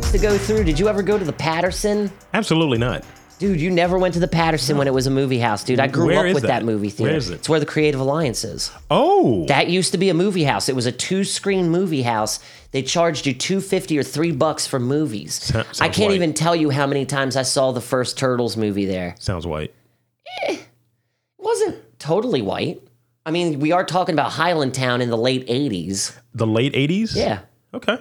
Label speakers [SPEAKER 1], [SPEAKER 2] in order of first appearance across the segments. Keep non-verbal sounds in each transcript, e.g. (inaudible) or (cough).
[SPEAKER 1] through, did you ever go to the Patterson?
[SPEAKER 2] Absolutely not.
[SPEAKER 1] Dude, you never went to the Patterson when it was a movie house, dude. I grew
[SPEAKER 2] Where
[SPEAKER 1] up
[SPEAKER 2] is
[SPEAKER 1] with that?
[SPEAKER 2] that?
[SPEAKER 1] movie theater.
[SPEAKER 2] Where is it?
[SPEAKER 1] It's where the Creative Alliance is.
[SPEAKER 2] Oh,
[SPEAKER 1] That used to be a movie house. It was a two-screen movie house. They charged you two fifty or three bucks for movies.
[SPEAKER 2] sounds
[SPEAKER 1] I can't
[SPEAKER 2] white.
[SPEAKER 1] even tell you how many times I saw the first Turtles movie there.
[SPEAKER 2] sounds white.
[SPEAKER 1] It wasn't totally white. I mean, we are talking about Highland Town in the late '80s.
[SPEAKER 2] The late '80s.
[SPEAKER 1] Yeah,
[SPEAKER 2] Okay.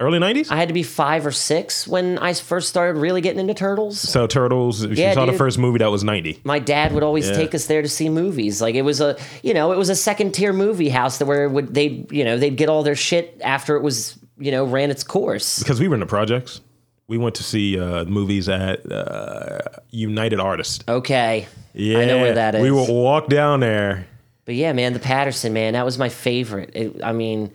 [SPEAKER 2] Early '90s.
[SPEAKER 1] I had to be five or six when I first started really getting into turtles.
[SPEAKER 2] so Turtles. If
[SPEAKER 1] Yeah,
[SPEAKER 2] you saw
[SPEAKER 1] dude.
[SPEAKER 2] the first movie, that was '90.
[SPEAKER 1] my dad would always
[SPEAKER 2] Yeah.
[SPEAKER 1] take us there to see movies. Like it was a, you know, it was a second tier movie house that where would they, you know, they'd get all their shit after it was, you know, ran its course.
[SPEAKER 2] Because we were in the projects. We went to see uh, movies at uh, United Artists.
[SPEAKER 1] Okay.
[SPEAKER 2] Yeah,
[SPEAKER 1] I know where that is.
[SPEAKER 2] We would walk down there.
[SPEAKER 1] But yeah, man, the Patterson, man, that was my favorite. It, I mean,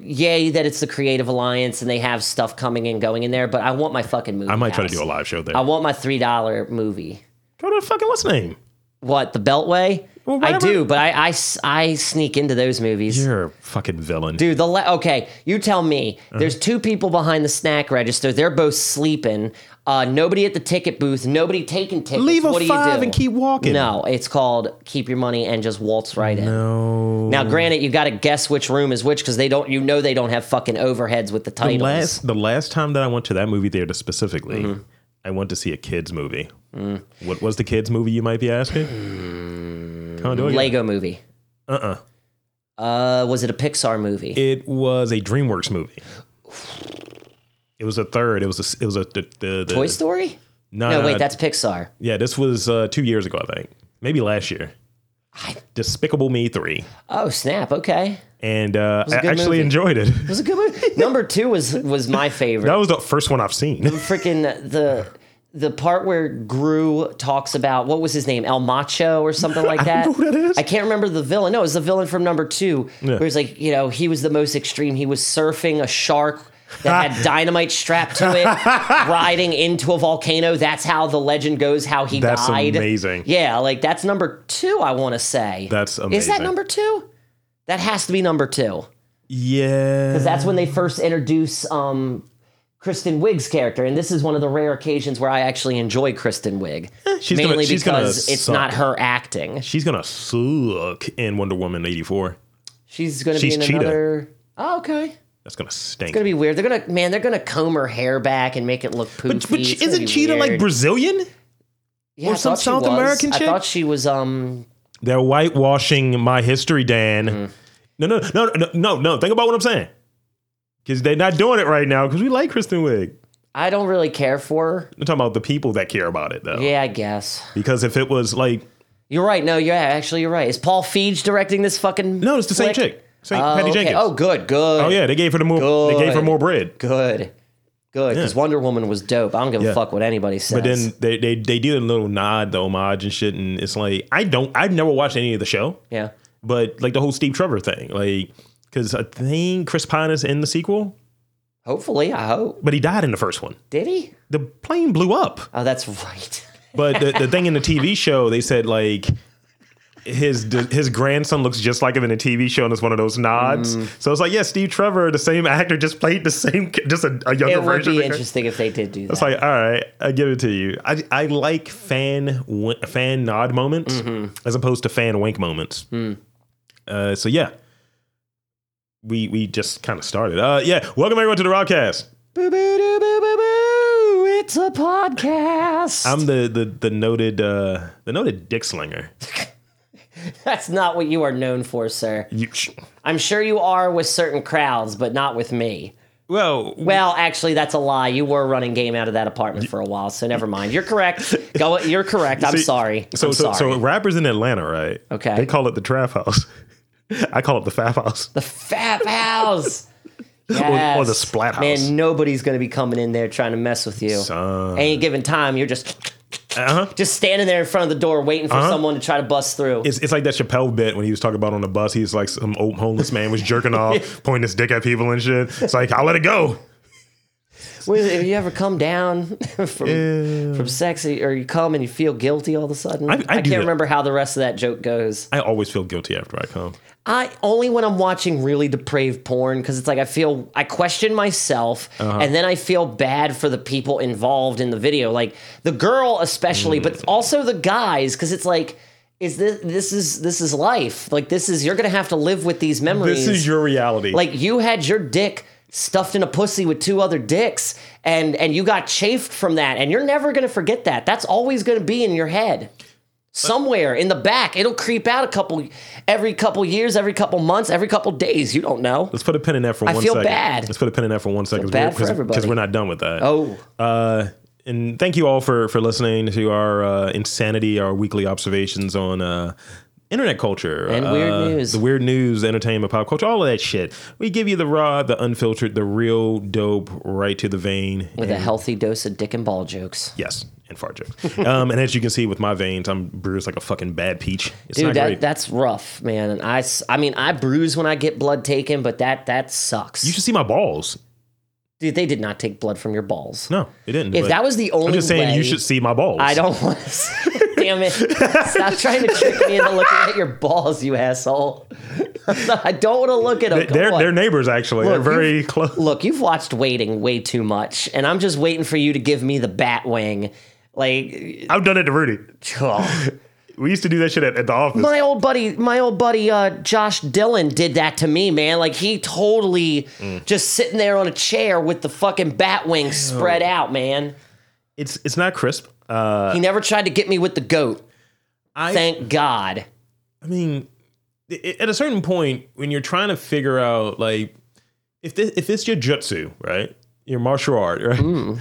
[SPEAKER 1] yay that it's the Creative Alliance and they have stuff coming and going in there, but I want my fucking movie.
[SPEAKER 2] I might try to
[SPEAKER 1] house.
[SPEAKER 2] do a live show there.
[SPEAKER 1] I want my $3 movie.
[SPEAKER 2] Go to the fucking what's name?
[SPEAKER 1] What, the Beltway?
[SPEAKER 2] Well,
[SPEAKER 1] I
[SPEAKER 2] whatever-
[SPEAKER 1] do, but I, I s- I sneak into those movies.
[SPEAKER 2] You're a fucking villain.
[SPEAKER 1] Dude, the le- okay, you tell me. There's two people behind the snack register. They're both sleeping. Uh, nobody at the ticket booth. Nobody taking tickets.
[SPEAKER 2] Leave a
[SPEAKER 1] what do you
[SPEAKER 2] five
[SPEAKER 1] do?
[SPEAKER 2] and keep walking.
[SPEAKER 1] No, it's called keep your money and just waltz right in.
[SPEAKER 2] No.
[SPEAKER 1] Now, granted, you got to guess which room is which because they don't. You know they don't have fucking overheads with the
[SPEAKER 2] the
[SPEAKER 1] titles. Mm-hmm.
[SPEAKER 2] last the last time that I went to that movie theater specifically, I went to see a kids movie. What was the kids movie? You might be asking.
[SPEAKER 1] Mm.
[SPEAKER 2] Come on, do it. again.
[SPEAKER 1] Lego movie. Uh uh was it a Pixar movie?
[SPEAKER 2] It was a DreamWorks movie. It was a third. It was a. It was a. The, the, the,
[SPEAKER 1] Toy Story?
[SPEAKER 2] No,
[SPEAKER 1] No,
[SPEAKER 2] no,
[SPEAKER 1] wait,
[SPEAKER 2] no.
[SPEAKER 1] that's Pixar.
[SPEAKER 2] Yeah, this was uh, two years ago, I think, maybe last year.
[SPEAKER 1] I-
[SPEAKER 2] Despicable Me three,
[SPEAKER 1] Oh snap! Okay,
[SPEAKER 2] and uh, I
[SPEAKER 1] a good
[SPEAKER 2] actually
[SPEAKER 1] movie.
[SPEAKER 2] enjoyed it. (laughs)
[SPEAKER 1] it was a good movie. Number two was was my favorite.
[SPEAKER 2] That was the first one
[SPEAKER 1] (laughs)
[SPEAKER 2] I've seen.
[SPEAKER 1] freaking the the part where Gru talks about what was his name, El Macho or something
[SPEAKER 2] (laughs)
[SPEAKER 1] like that.
[SPEAKER 2] know who that is.
[SPEAKER 1] I can't remember the villain. No, it was the villain from number two. Where he's like, you know, he was the most extreme. He was surfing a shark that
[SPEAKER 2] (laughs)
[SPEAKER 1] had dynamite strapped to it, riding into a volcano. That's how the legend goes. How he
[SPEAKER 2] That's
[SPEAKER 1] died.
[SPEAKER 2] amazing.
[SPEAKER 1] Yeah, like that's number two. I want to say
[SPEAKER 2] That's
[SPEAKER 1] Is that
[SPEAKER 2] amazing.
[SPEAKER 1] number two? That has to be number two.
[SPEAKER 2] yeah,
[SPEAKER 1] Because that's when they first introduce um, Kristen Wiig's character, and this is one of the rare occasions where I actually enjoy Kristen Wiig,
[SPEAKER 2] Eh, she's gonna-
[SPEAKER 1] mainly
[SPEAKER 2] she's gonna
[SPEAKER 1] because it's
[SPEAKER 2] suck.
[SPEAKER 1] not her acting.
[SPEAKER 2] she's gonna suck in Wonder Woman eighty four.
[SPEAKER 1] She's going to be
[SPEAKER 2] She's
[SPEAKER 1] in
[SPEAKER 2] Cheetah.
[SPEAKER 1] another. Oh, okay. It's
[SPEAKER 2] That's gonna stink.
[SPEAKER 1] gonna be weird. They're gonna man. They're gonna comb her hair back and make it look poofy.
[SPEAKER 2] but but
[SPEAKER 1] It's gonna
[SPEAKER 2] isn't
[SPEAKER 1] be
[SPEAKER 2] Cheetah like
[SPEAKER 1] weird.
[SPEAKER 2] Brazilian?
[SPEAKER 1] Yeah, I
[SPEAKER 2] or some
[SPEAKER 1] thought she
[SPEAKER 2] South
[SPEAKER 1] was.
[SPEAKER 2] American
[SPEAKER 1] I
[SPEAKER 2] chick?
[SPEAKER 1] thought she was. Um,
[SPEAKER 2] They're whitewashing my history, Dan.
[SPEAKER 1] Mm-hmm.
[SPEAKER 2] No, no, no, no, no, no. Think about what I'm saying. Because they're not doing it right now. Because we like Kristen Wiig.
[SPEAKER 1] I don't really care for her.
[SPEAKER 2] I'm talking about the people that care about it though.
[SPEAKER 1] Yeah, I guess
[SPEAKER 2] Because if it was like
[SPEAKER 1] you're right. No, yeah, actually, you're right. Is Paul Feig directing this fucking?
[SPEAKER 2] no, it's the same
[SPEAKER 1] flick?
[SPEAKER 2] chick, same
[SPEAKER 1] Oh,
[SPEAKER 2] Patty
[SPEAKER 1] okay.
[SPEAKER 2] Jenkins.
[SPEAKER 1] Oh, good, good.
[SPEAKER 2] Oh yeah, they gave her the more. They gave her
[SPEAKER 1] Good.
[SPEAKER 2] more bread.
[SPEAKER 1] Good. Good. Because Wonder Woman was dope. I don't give a
[SPEAKER 2] Yeah.
[SPEAKER 1] fuck what anybody says.
[SPEAKER 2] But then they, they they did a little nod, the homage and shit, and it's like I don't I've never watched any of the show,
[SPEAKER 1] yeah.
[SPEAKER 2] but like the whole Steve Trevor thing, like because I think Chris Pine is in the sequel,
[SPEAKER 1] Hopefully, I hope.
[SPEAKER 2] but he died in the first one.
[SPEAKER 1] Did he?
[SPEAKER 2] The plane blew up,
[SPEAKER 1] Oh, that's right.
[SPEAKER 2] but the, the thing in the TV show they said like his his grandson looks just like him in the TV show, and it's one of those nods. So it's like yeah, Steve Trevor, the same actor, just played the same just a, a younger
[SPEAKER 1] It would
[SPEAKER 2] version.
[SPEAKER 1] be
[SPEAKER 2] of (laughs) the-
[SPEAKER 1] interesting if they did do that.
[SPEAKER 2] It's like, all right, I give it to you. I, I like fan wi- fan nod moments as opposed to fan wink moments. Uh, so yeah, we we just kind of started. Uh, yeah, welcome everyone to the Rodcast.
[SPEAKER 1] boo, boo, doo, boo, boo, boo. It's a podcast.
[SPEAKER 2] I'm the the the noted uh, the noted dick slinger.
[SPEAKER 1] (laughs) that's not what you are known for, sir.
[SPEAKER 2] You, sh-
[SPEAKER 1] I'm sure you are with certain crowds, but not with me.
[SPEAKER 2] well,
[SPEAKER 1] Well, actually, that's a lie. You were running game out of that apartment for a while, so never mind. You're correct. Go. You're
[SPEAKER 2] (laughs)
[SPEAKER 1] correct. I'm
[SPEAKER 2] see,
[SPEAKER 1] sorry.
[SPEAKER 2] So
[SPEAKER 1] I'm
[SPEAKER 2] so
[SPEAKER 1] sorry.
[SPEAKER 2] so rappers in Atlanta, right?
[SPEAKER 1] Okay.
[SPEAKER 2] they call it the trap house. (laughs) I call it the fap house.
[SPEAKER 1] The Fab
[SPEAKER 2] (laughs)
[SPEAKER 1] House.
[SPEAKER 2] Or- or the
[SPEAKER 1] Yes.
[SPEAKER 2] Splat House.
[SPEAKER 1] Man, nobody's gonna be coming in there trying to mess with you.
[SPEAKER 2] Son.
[SPEAKER 1] Ain't given time. You're just
[SPEAKER 2] (laughs) Uh-huh.
[SPEAKER 1] just standing there in front of the door waiting for someone to try to bust through.
[SPEAKER 2] It's, it's like that Chappelle bit when he was talking about on the bus. He's like some old homeless man was
[SPEAKER 1] (laughs)
[SPEAKER 2] jerking off, pointing his dick at people and shit. It's like I'll let it go.
[SPEAKER 1] What is it, have you ever come down (laughs) from from sex, or you come and you feel guilty all of a sudden?
[SPEAKER 2] I do
[SPEAKER 1] can't
[SPEAKER 2] that.
[SPEAKER 1] remember how the rest of that joke goes.
[SPEAKER 2] I always feel guilty after I come.
[SPEAKER 1] I only when I'm watching really depraved porn because it's like I feel I question myself
[SPEAKER 2] Uh-huh.
[SPEAKER 1] and then I feel bad for the people involved in the video, like the girl especially,
[SPEAKER 2] Mm.
[SPEAKER 1] but also the guys because it's like, is this this is this is life? Like this is you're gonna have to live with these memories.
[SPEAKER 2] This is your reality.
[SPEAKER 1] like you had your dick stuffed in a pussy with two other dicks and and you got chafed from that and you're never gonna forget that. That's always gonna be in your head somewhere in the back. It'll creep out a couple every couple years, every couple months, every couple days. You don't know.
[SPEAKER 2] Let's put a pin in that for one
[SPEAKER 1] feel
[SPEAKER 2] second.
[SPEAKER 1] bad.
[SPEAKER 2] Let's put a pin in that for one second.
[SPEAKER 1] bad for everybody.
[SPEAKER 2] Because we're not done with that.
[SPEAKER 1] Oh,
[SPEAKER 2] Uh, and thank you all for for listening to our uh, insanity, our weekly observations on uh, internet culture
[SPEAKER 1] And weird
[SPEAKER 2] uh,
[SPEAKER 1] news.
[SPEAKER 2] the weird news, entertainment, pop culture, all of that shit. We give you the raw, the unfiltered, the real dope, right to the vein.
[SPEAKER 1] with a healthy dose of dick and ball jokes.
[SPEAKER 2] Yes, and fart jokes. (laughs) um, and as you can see with my veins, I'm bruised like a fucking bad peach. It's
[SPEAKER 1] Dude,
[SPEAKER 2] not
[SPEAKER 1] that,
[SPEAKER 2] great.
[SPEAKER 1] that's rough, man. And I, s- I mean, I bruise when I get blood taken, but that that sucks.
[SPEAKER 2] you should see my balls.
[SPEAKER 1] Dude, they did not take blood from your balls.
[SPEAKER 2] No, it didn't.
[SPEAKER 1] if
[SPEAKER 2] but
[SPEAKER 1] that was the only
[SPEAKER 2] I'm just saying,
[SPEAKER 1] way,
[SPEAKER 2] you should see my balls.
[SPEAKER 1] I don't want to. (laughs) Damn it! Stop trying to trick me into looking at your balls, you asshole. (laughs) I don't want to look at them. Come
[SPEAKER 2] They're,
[SPEAKER 1] on.
[SPEAKER 2] they're neighbors, actually.
[SPEAKER 1] Look,
[SPEAKER 2] they're very
[SPEAKER 1] you've-
[SPEAKER 2] close.
[SPEAKER 1] Look, you've watched Waiting way too much, and I'm just waiting for you to give me the bat wing.
[SPEAKER 2] (sighs)
[SPEAKER 1] Like,
[SPEAKER 2] I've done it to Rudy.
[SPEAKER 1] oh.
[SPEAKER 2] We used to do that shit at, at the office.
[SPEAKER 1] my old buddy, my old buddy, uh, Josh Dillon did that to me, man. Like, he totally
[SPEAKER 2] Mm.
[SPEAKER 1] just sitting there on a chair with the fucking bat
[SPEAKER 2] (sighs)
[SPEAKER 1] wing spread out, man.
[SPEAKER 2] it's it's not crisp. Uh,
[SPEAKER 1] He never tried to get me with the goat.
[SPEAKER 2] I
[SPEAKER 1] Thank God.
[SPEAKER 2] I mean, i- i- at a certain point when you're trying to figure out like if this, if it's your jutsu, right? Your martial art, right?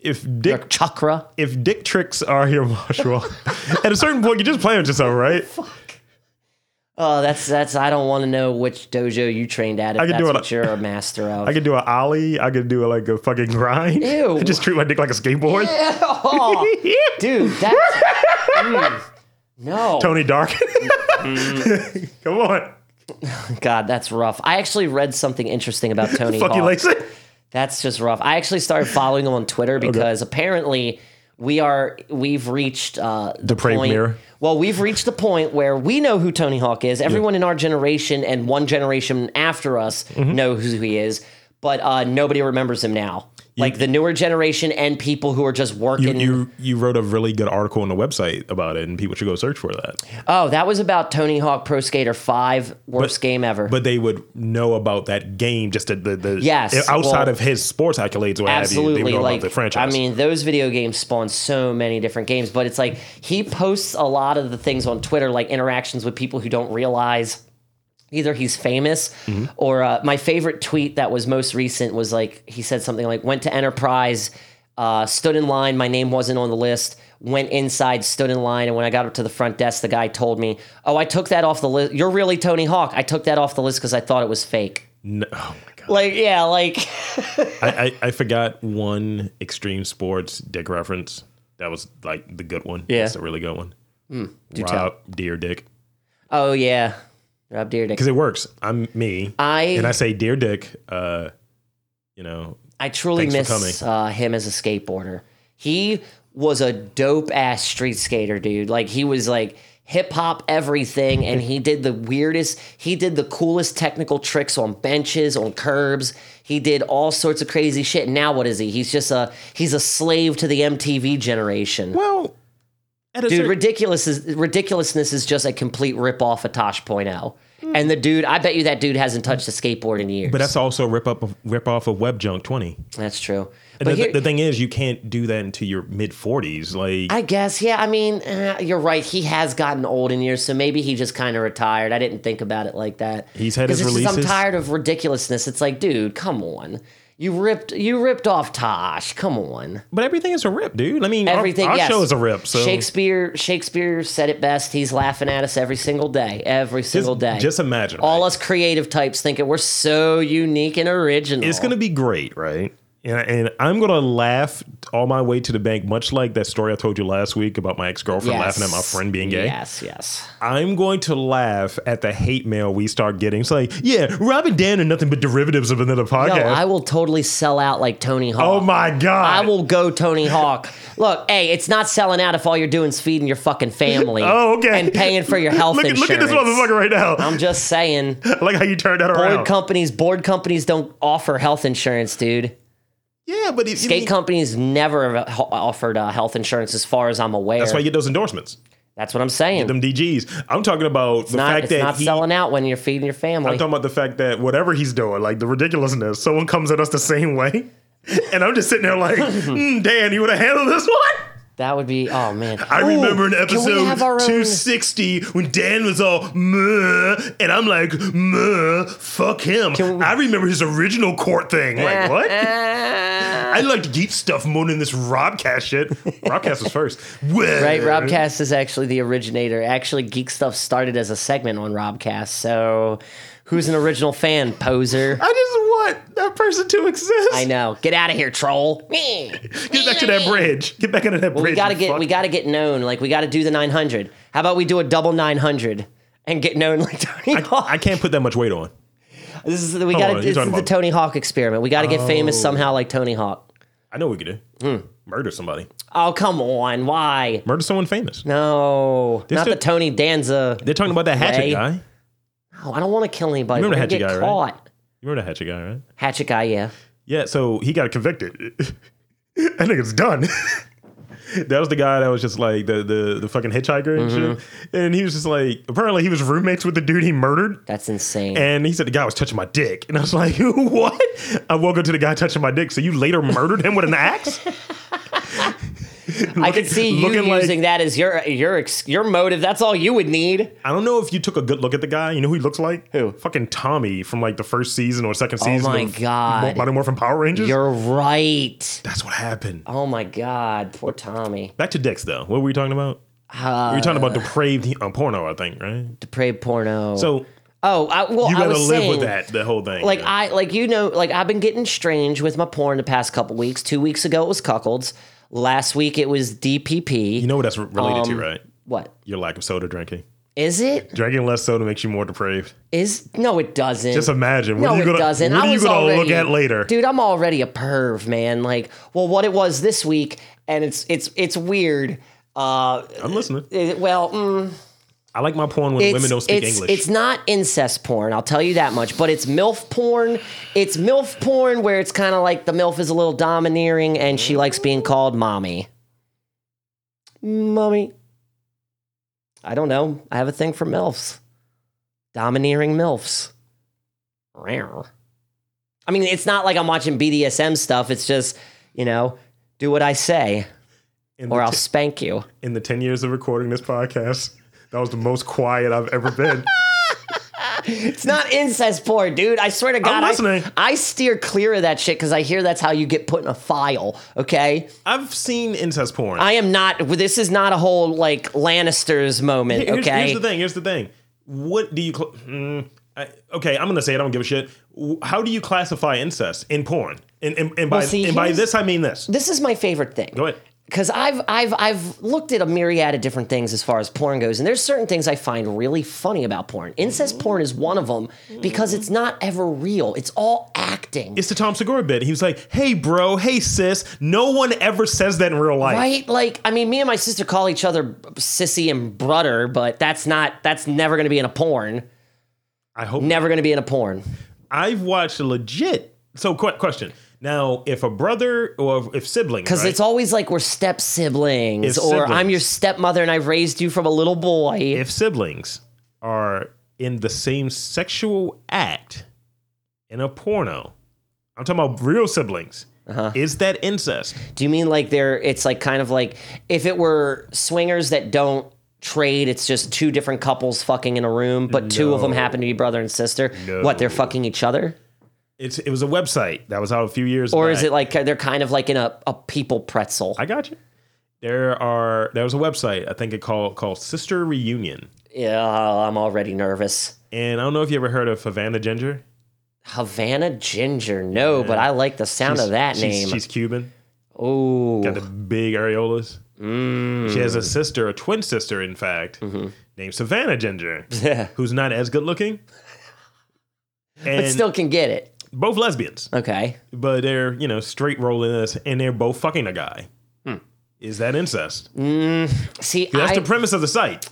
[SPEAKER 2] If dick
[SPEAKER 1] Chakra.
[SPEAKER 2] if dick tricks are your martial art, (laughs) at a certain point you're just playing with yourself, right?
[SPEAKER 1] Oh, that's that's. I don't want to know which dojo you trained at. If
[SPEAKER 2] could
[SPEAKER 1] that's
[SPEAKER 2] do it-
[SPEAKER 1] what you're a
[SPEAKER 2] (laughs)
[SPEAKER 1] master of.
[SPEAKER 2] I could do an ollie. I could do like a fucking grind.
[SPEAKER 1] Ew.
[SPEAKER 2] (laughs) just treat my dick like a skateboard.
[SPEAKER 1] Oh, dude, that's Mm.
[SPEAKER 2] (laughs)
[SPEAKER 1] no.
[SPEAKER 2] Tony Dark. Come on,
[SPEAKER 1] God, that's rough. I actually read something interesting
[SPEAKER 2] (laughs)
[SPEAKER 1] about Tony
[SPEAKER 2] fuck you,
[SPEAKER 1] Hawk.
[SPEAKER 2] Lacey.
[SPEAKER 1] That's just rough. I actually started following him on Twitter because apparently we are we've reached uh, the
[SPEAKER 2] Depraved
[SPEAKER 1] point.
[SPEAKER 2] mirror.
[SPEAKER 1] Well, we've reached the point where we know who Tony Hawk is. Everyone in our generation and one generation after us
[SPEAKER 2] Mm-hmm.
[SPEAKER 1] know who he is, but uh, nobody remembers him now. like the newer generation and people who are just working.
[SPEAKER 2] You you wrote a really good article on the website about it, and people should go search for that.
[SPEAKER 1] oh, that was about Tony Hawk Pro Skater Five, worst
[SPEAKER 2] But-
[SPEAKER 1] game ever.
[SPEAKER 2] but they would know about that game just the, the, the
[SPEAKER 1] Yes,
[SPEAKER 2] outside
[SPEAKER 1] well,
[SPEAKER 2] of his sports accolades or
[SPEAKER 1] absolutely
[SPEAKER 2] have you, they would know
[SPEAKER 1] like
[SPEAKER 2] about the franchise.
[SPEAKER 1] I mean, those video games spawn so many different games, but it's like he posts a lot of the things on Twitter, like interactions with people who don't realize either he's famous
[SPEAKER 2] Mm-hmm.
[SPEAKER 1] or uh, my favorite tweet that was most recent was like he said something like went to Enterprise, uh, stood in line, my name wasn't on the list. Went inside, stood in line, and when I got up to the front desk, the guy told me, "Oh, I took that off the list. You're really Tony Hawk. I took that off the list because I thought it was fake."
[SPEAKER 2] No- oh my god,
[SPEAKER 1] Like, yeah, like (laughs)
[SPEAKER 2] I, I, I forgot one extreme sports dick reference. That was like the good one.
[SPEAKER 1] Yeah. Hmm,
[SPEAKER 2] that's a really good one. Rob dear dick
[SPEAKER 1] Oh yeah, Rob Dyrdek.
[SPEAKER 2] because it works. I'm me, and I
[SPEAKER 1] I
[SPEAKER 2] say dear dick. Uh, you know,
[SPEAKER 1] I truly
[SPEAKER 2] Thanks for
[SPEAKER 1] miss uh, him as a skateboarder. He was a dope ass street skater, dude. Like he was like hip hop everything, and he did the weirdest. He did the coolest technical tricks on benches, on curbs. He did all sorts of crazy shit. Now what is he? He's just a he's a slave to the MTV generation.
[SPEAKER 2] well, at a
[SPEAKER 1] Dude,
[SPEAKER 2] cer-
[SPEAKER 1] ridiculous is, ridiculousness is just a complete rip off of Tosh.0. And the dude, I bet you that dude hasn't touched a skateboard in years.
[SPEAKER 2] but that's also a rip up of, rip off of Web Junk Twenty.
[SPEAKER 1] That's true.
[SPEAKER 2] And the,
[SPEAKER 1] But here,
[SPEAKER 2] the thing is, you can't do that until your mid forties. Like
[SPEAKER 1] I guess, yeah. I mean, eh, you're right. He has gotten old in years, so maybe he just kind of retired. I didn't think about it like that.
[SPEAKER 2] He's had
[SPEAKER 1] 'Cause
[SPEAKER 2] his
[SPEAKER 1] it's just,
[SPEAKER 2] releases.
[SPEAKER 1] I'm tired of ridiculousness. It's like, dude, come on. You ripped. You ripped off Tosh. Come on.
[SPEAKER 2] But everything is a rip, dude. I mean, our-
[SPEAKER 1] Everything.
[SPEAKER 2] Our,
[SPEAKER 1] yes.
[SPEAKER 2] show is a rip. So
[SPEAKER 1] Shakespeare. Shakespeare said it best. He's laughing at us every single day. Every single day.
[SPEAKER 2] just imagine.
[SPEAKER 1] all
[SPEAKER 2] right?
[SPEAKER 1] us creative types thinking we're so unique and original.
[SPEAKER 2] It's going to be great, right? And, and I'm going to laugh all my way to the bank, much like that story I told you last week about my ex girlfriend
[SPEAKER 1] Yes.
[SPEAKER 2] laughing at my friend being gay.
[SPEAKER 1] Yes, yes.
[SPEAKER 2] I'm going to laugh at the hate mail we start getting. It's like, yeah, Rob and Dan are nothing but derivatives of another
[SPEAKER 1] No,
[SPEAKER 2] podcast.
[SPEAKER 1] Oh, I will totally sell out like Tony Hawk.
[SPEAKER 2] oh my
[SPEAKER 1] I
[SPEAKER 2] God.
[SPEAKER 1] will go Tony Hawk. Look, hey, it's not selling out if all you're doing is feeding your fucking family.
[SPEAKER 2] (laughs) Oh, okay.
[SPEAKER 1] And paying for your health
[SPEAKER 2] (laughs) look, at,
[SPEAKER 1] insurance.
[SPEAKER 2] look at this motherfucker Oh. right now.
[SPEAKER 1] I'm just saying,
[SPEAKER 2] I (laughs) like how you turned that
[SPEAKER 1] board
[SPEAKER 2] around.
[SPEAKER 1] companies, board companies don't offer health insurance, dude.
[SPEAKER 2] yeah, but if,
[SPEAKER 1] Skate companies never have ho- offered uh, health insurance, as far as I'm aware.
[SPEAKER 2] that's why you get those endorsements,
[SPEAKER 1] That's what I'm saying.
[SPEAKER 2] them DGs. I'm talking about the
[SPEAKER 1] Not-
[SPEAKER 2] fact
[SPEAKER 1] it's
[SPEAKER 2] that
[SPEAKER 1] not
[SPEAKER 2] he,
[SPEAKER 1] selling out when you're feeding your family.
[SPEAKER 2] I'm talking about the fact that whatever he's doing, like the ridiculousness, someone comes at us the same way. (laughs) And I'm just sitting
[SPEAKER 1] (laughs)
[SPEAKER 2] there like, "Mm, Dan, you would have handled this one?
[SPEAKER 1] That would be. Oh man,
[SPEAKER 2] I
[SPEAKER 1] Ooh,
[SPEAKER 2] remember an
[SPEAKER 1] can we
[SPEAKER 2] episode
[SPEAKER 1] have our own-
[SPEAKER 2] 260 when Dan was all meh, and I'm like, meh, fuck him. I remember his original court thing.
[SPEAKER 1] (laughs)
[SPEAKER 2] Like, what? I liked geek stuff more than this
[SPEAKER 1] (laughs)
[SPEAKER 2] Robcast shit. Robcast was first.
[SPEAKER 1] Right, Robcast is actually the originator. Actually, Geek Stuff started as a segment on Robcast. So, who's an original fan, poser?
[SPEAKER 2] I just want that person to exist.
[SPEAKER 1] I know. Get out of here, troll. Meh.
[SPEAKER 2] (laughs) Get back to that bridge. Get back into that bridge.
[SPEAKER 1] we gotta
[SPEAKER 2] you
[SPEAKER 1] get
[SPEAKER 2] fuck.
[SPEAKER 1] we gotta get known. Like we gotta do the 900. How about we do a double 900 and get known like Tony Hawk?
[SPEAKER 2] I can't put that much weight on.
[SPEAKER 1] this is we gotta
[SPEAKER 2] on, you're
[SPEAKER 1] this is
[SPEAKER 2] talking
[SPEAKER 1] the
[SPEAKER 2] about- Oh.
[SPEAKER 1] Tony Hawk experiment. We gotta get famous somehow like Tony Hawk.
[SPEAKER 2] I know what we could do. Murder somebody.
[SPEAKER 1] Oh come on, why?
[SPEAKER 2] Murder someone famous.
[SPEAKER 1] No, not
[SPEAKER 2] dude-
[SPEAKER 1] the Tony Danza.
[SPEAKER 2] They're talking about that hatchet
[SPEAKER 1] Ray.
[SPEAKER 2] guy. You
[SPEAKER 1] Oh, I don't want to kill anybody.
[SPEAKER 2] Remember
[SPEAKER 1] We're
[SPEAKER 2] Hatchet
[SPEAKER 1] gonna
[SPEAKER 2] Guy,
[SPEAKER 1] get
[SPEAKER 2] right?
[SPEAKER 1] caught.
[SPEAKER 2] remember that hatchet guy, right?
[SPEAKER 1] Hatchet guy, yeah.
[SPEAKER 2] Yeah, so he got convicted. (laughs) I think it's done. (laughs) that was the guy that was just like the the, the fucking hitchhiker and shit. And he was just like, apparently he was roommates with the dude he murdered.
[SPEAKER 1] That's insane.
[SPEAKER 2] And he said the guy was touching my dick. And I was like, (laughs) what? I woke up to the guy touching my dick. So you later murdered him with an axe?
[SPEAKER 1] I could see you
[SPEAKER 2] looking like-
[SPEAKER 1] using that as your your ex, your motive. That's all you would need.
[SPEAKER 2] I don't know if you took a good look at the guy. You know who he looks like?
[SPEAKER 1] Who?
[SPEAKER 2] Fucking Tommy from like the first season or second season.
[SPEAKER 1] Oh my
[SPEAKER 2] of
[SPEAKER 1] God.
[SPEAKER 2] Mighty Morphin Power Rangers.
[SPEAKER 1] You're right.
[SPEAKER 2] That's what happened.
[SPEAKER 1] Oh my God, poor Tommy.
[SPEAKER 2] Back to dicks though. What were we talking about?
[SPEAKER 1] Uh,
[SPEAKER 2] we were talking about depraved um, porno, I think, right?
[SPEAKER 1] Depraved porno.
[SPEAKER 2] So
[SPEAKER 1] oh, I, well,
[SPEAKER 2] you
[SPEAKER 1] I
[SPEAKER 2] gotta
[SPEAKER 1] was
[SPEAKER 2] live
[SPEAKER 1] saying,
[SPEAKER 2] with that, the whole thing.
[SPEAKER 1] Like
[SPEAKER 2] you know?
[SPEAKER 1] I like you know like I've been getting strange with my porn the past couple weeks. Two weeks ago it was cuckolds. Last week it was DPP.
[SPEAKER 2] you know what that's re- related
[SPEAKER 1] um,
[SPEAKER 2] to, right?
[SPEAKER 1] what
[SPEAKER 2] Your lack of soda drinking.
[SPEAKER 1] is it?
[SPEAKER 2] Drinking less soda makes you more depraved.
[SPEAKER 1] Is no, it doesn't.
[SPEAKER 2] Just imagine. What
[SPEAKER 1] no,
[SPEAKER 2] are you
[SPEAKER 1] it
[SPEAKER 2] gonna,
[SPEAKER 1] doesn't.
[SPEAKER 2] What
[SPEAKER 1] I
[SPEAKER 2] are you
[SPEAKER 1] was
[SPEAKER 2] gonna
[SPEAKER 1] already,
[SPEAKER 2] look at later?
[SPEAKER 1] dude. I'm already a perv, man. Like, well, what it was this week, and it's it's it's weird. Uh,
[SPEAKER 2] I'm listening.
[SPEAKER 1] it- well, mm,
[SPEAKER 2] I like my porn when
[SPEAKER 1] it's,
[SPEAKER 2] women don't speak
[SPEAKER 1] it's,
[SPEAKER 2] English.
[SPEAKER 1] It's not incest porn, I'll tell you that much, but it's MILF porn. It's MILF porn where it's kind of like the MILF is a little domineering and she likes being called mommy. Mommy. I don't know. I have a thing for MILFs. Domineering MILFs. Rare. I mean, it's not like I'm watching BDSM stuff. It's just, you know, do what I say
[SPEAKER 2] in,
[SPEAKER 1] or
[SPEAKER 2] the
[SPEAKER 1] I'll
[SPEAKER 2] t-
[SPEAKER 1] spank you.
[SPEAKER 2] in the ten years of recording this podcast, that was the most quiet I've ever (laughs) been.
[SPEAKER 1] It's not incest porn, dude. I swear to God. I-
[SPEAKER 2] listening.
[SPEAKER 1] I, steer clear of that shit because I hear that's how you get put in a file, okay?
[SPEAKER 2] I've seen incest porn.
[SPEAKER 1] I am not, this is not a whole like Lannisters moment,
[SPEAKER 2] Here's,
[SPEAKER 1] okay?
[SPEAKER 2] here's the thing. Here's the thing. What do you? Cl- mm, I, okay, I'm gonna say it. I don't give a shit. W- How do you classify incest in porn? And and, and by
[SPEAKER 1] Well, see,
[SPEAKER 2] and by
[SPEAKER 1] here's-
[SPEAKER 2] this I mean this.
[SPEAKER 1] this is my favorite thing.
[SPEAKER 2] Go ahead.
[SPEAKER 1] Because I've I've I've looked at a myriad of different things as far as porn goes, and there's certain things I find really funny about porn. Incest porn is one of them because it's not ever real; it's all acting,
[SPEAKER 2] It's the Tom Segura bit. He was like, "Hey, bro. Hey, sis. No one ever says that in real life."
[SPEAKER 1] right? Like, I mean, me and my sister call each other sissy and brudder, but that's not that's never going to be in a porn.
[SPEAKER 2] I hope.
[SPEAKER 1] Never going to be in a porn.
[SPEAKER 2] I've watched legit. So, qu- question. Now, if a brother or if sibling,
[SPEAKER 1] Because
[SPEAKER 2] right?
[SPEAKER 1] it's always like we're step siblings,
[SPEAKER 2] It's
[SPEAKER 1] or I'm
[SPEAKER 2] siblings.
[SPEAKER 1] your stepmother and I raised you from a little boy.
[SPEAKER 2] if siblings are in the same sexual act in a porno, I'm talking about real siblings.
[SPEAKER 1] Uh-huh.
[SPEAKER 2] Is that incest?
[SPEAKER 1] Do you mean like they're? It's like kind of like if it were swingers that don't trade. It's just two different couples fucking in a room, but two of them
[SPEAKER 2] No.
[SPEAKER 1] happen to be brother and sister.
[SPEAKER 2] No.
[SPEAKER 1] What they're fucking each other,
[SPEAKER 2] It's it was a website that was out a few years.
[SPEAKER 1] or
[SPEAKER 2] back.
[SPEAKER 1] is it like they're kind of like in a, a people pretzel?
[SPEAKER 2] I got you. There are there was a website I think it called called Sister Reunion,
[SPEAKER 1] yeah, I'm already nervous.
[SPEAKER 2] and I don't know if you ever heard of Havana Ginger.
[SPEAKER 1] Havana Ginger, no, but I like the sound of that
[SPEAKER 2] She's-
[SPEAKER 1] name.
[SPEAKER 2] She's Cuban.
[SPEAKER 1] Oh,
[SPEAKER 2] Got the big areolas.
[SPEAKER 1] Mm.
[SPEAKER 2] She has a sister, a twin sister, in fact, named Savannah Ginger,
[SPEAKER 1] Mm-hmm. yeah.
[SPEAKER 2] who's not as good looking.
[SPEAKER 1] (laughs)
[SPEAKER 2] And
[SPEAKER 1] But still can get it.
[SPEAKER 2] both lesbians,
[SPEAKER 1] Okay.
[SPEAKER 2] but they're, you know, straight rolling us and they're both fucking a guy. Is that incest?
[SPEAKER 1] See,
[SPEAKER 2] That's
[SPEAKER 1] Hmm. I,
[SPEAKER 2] the premise of the site.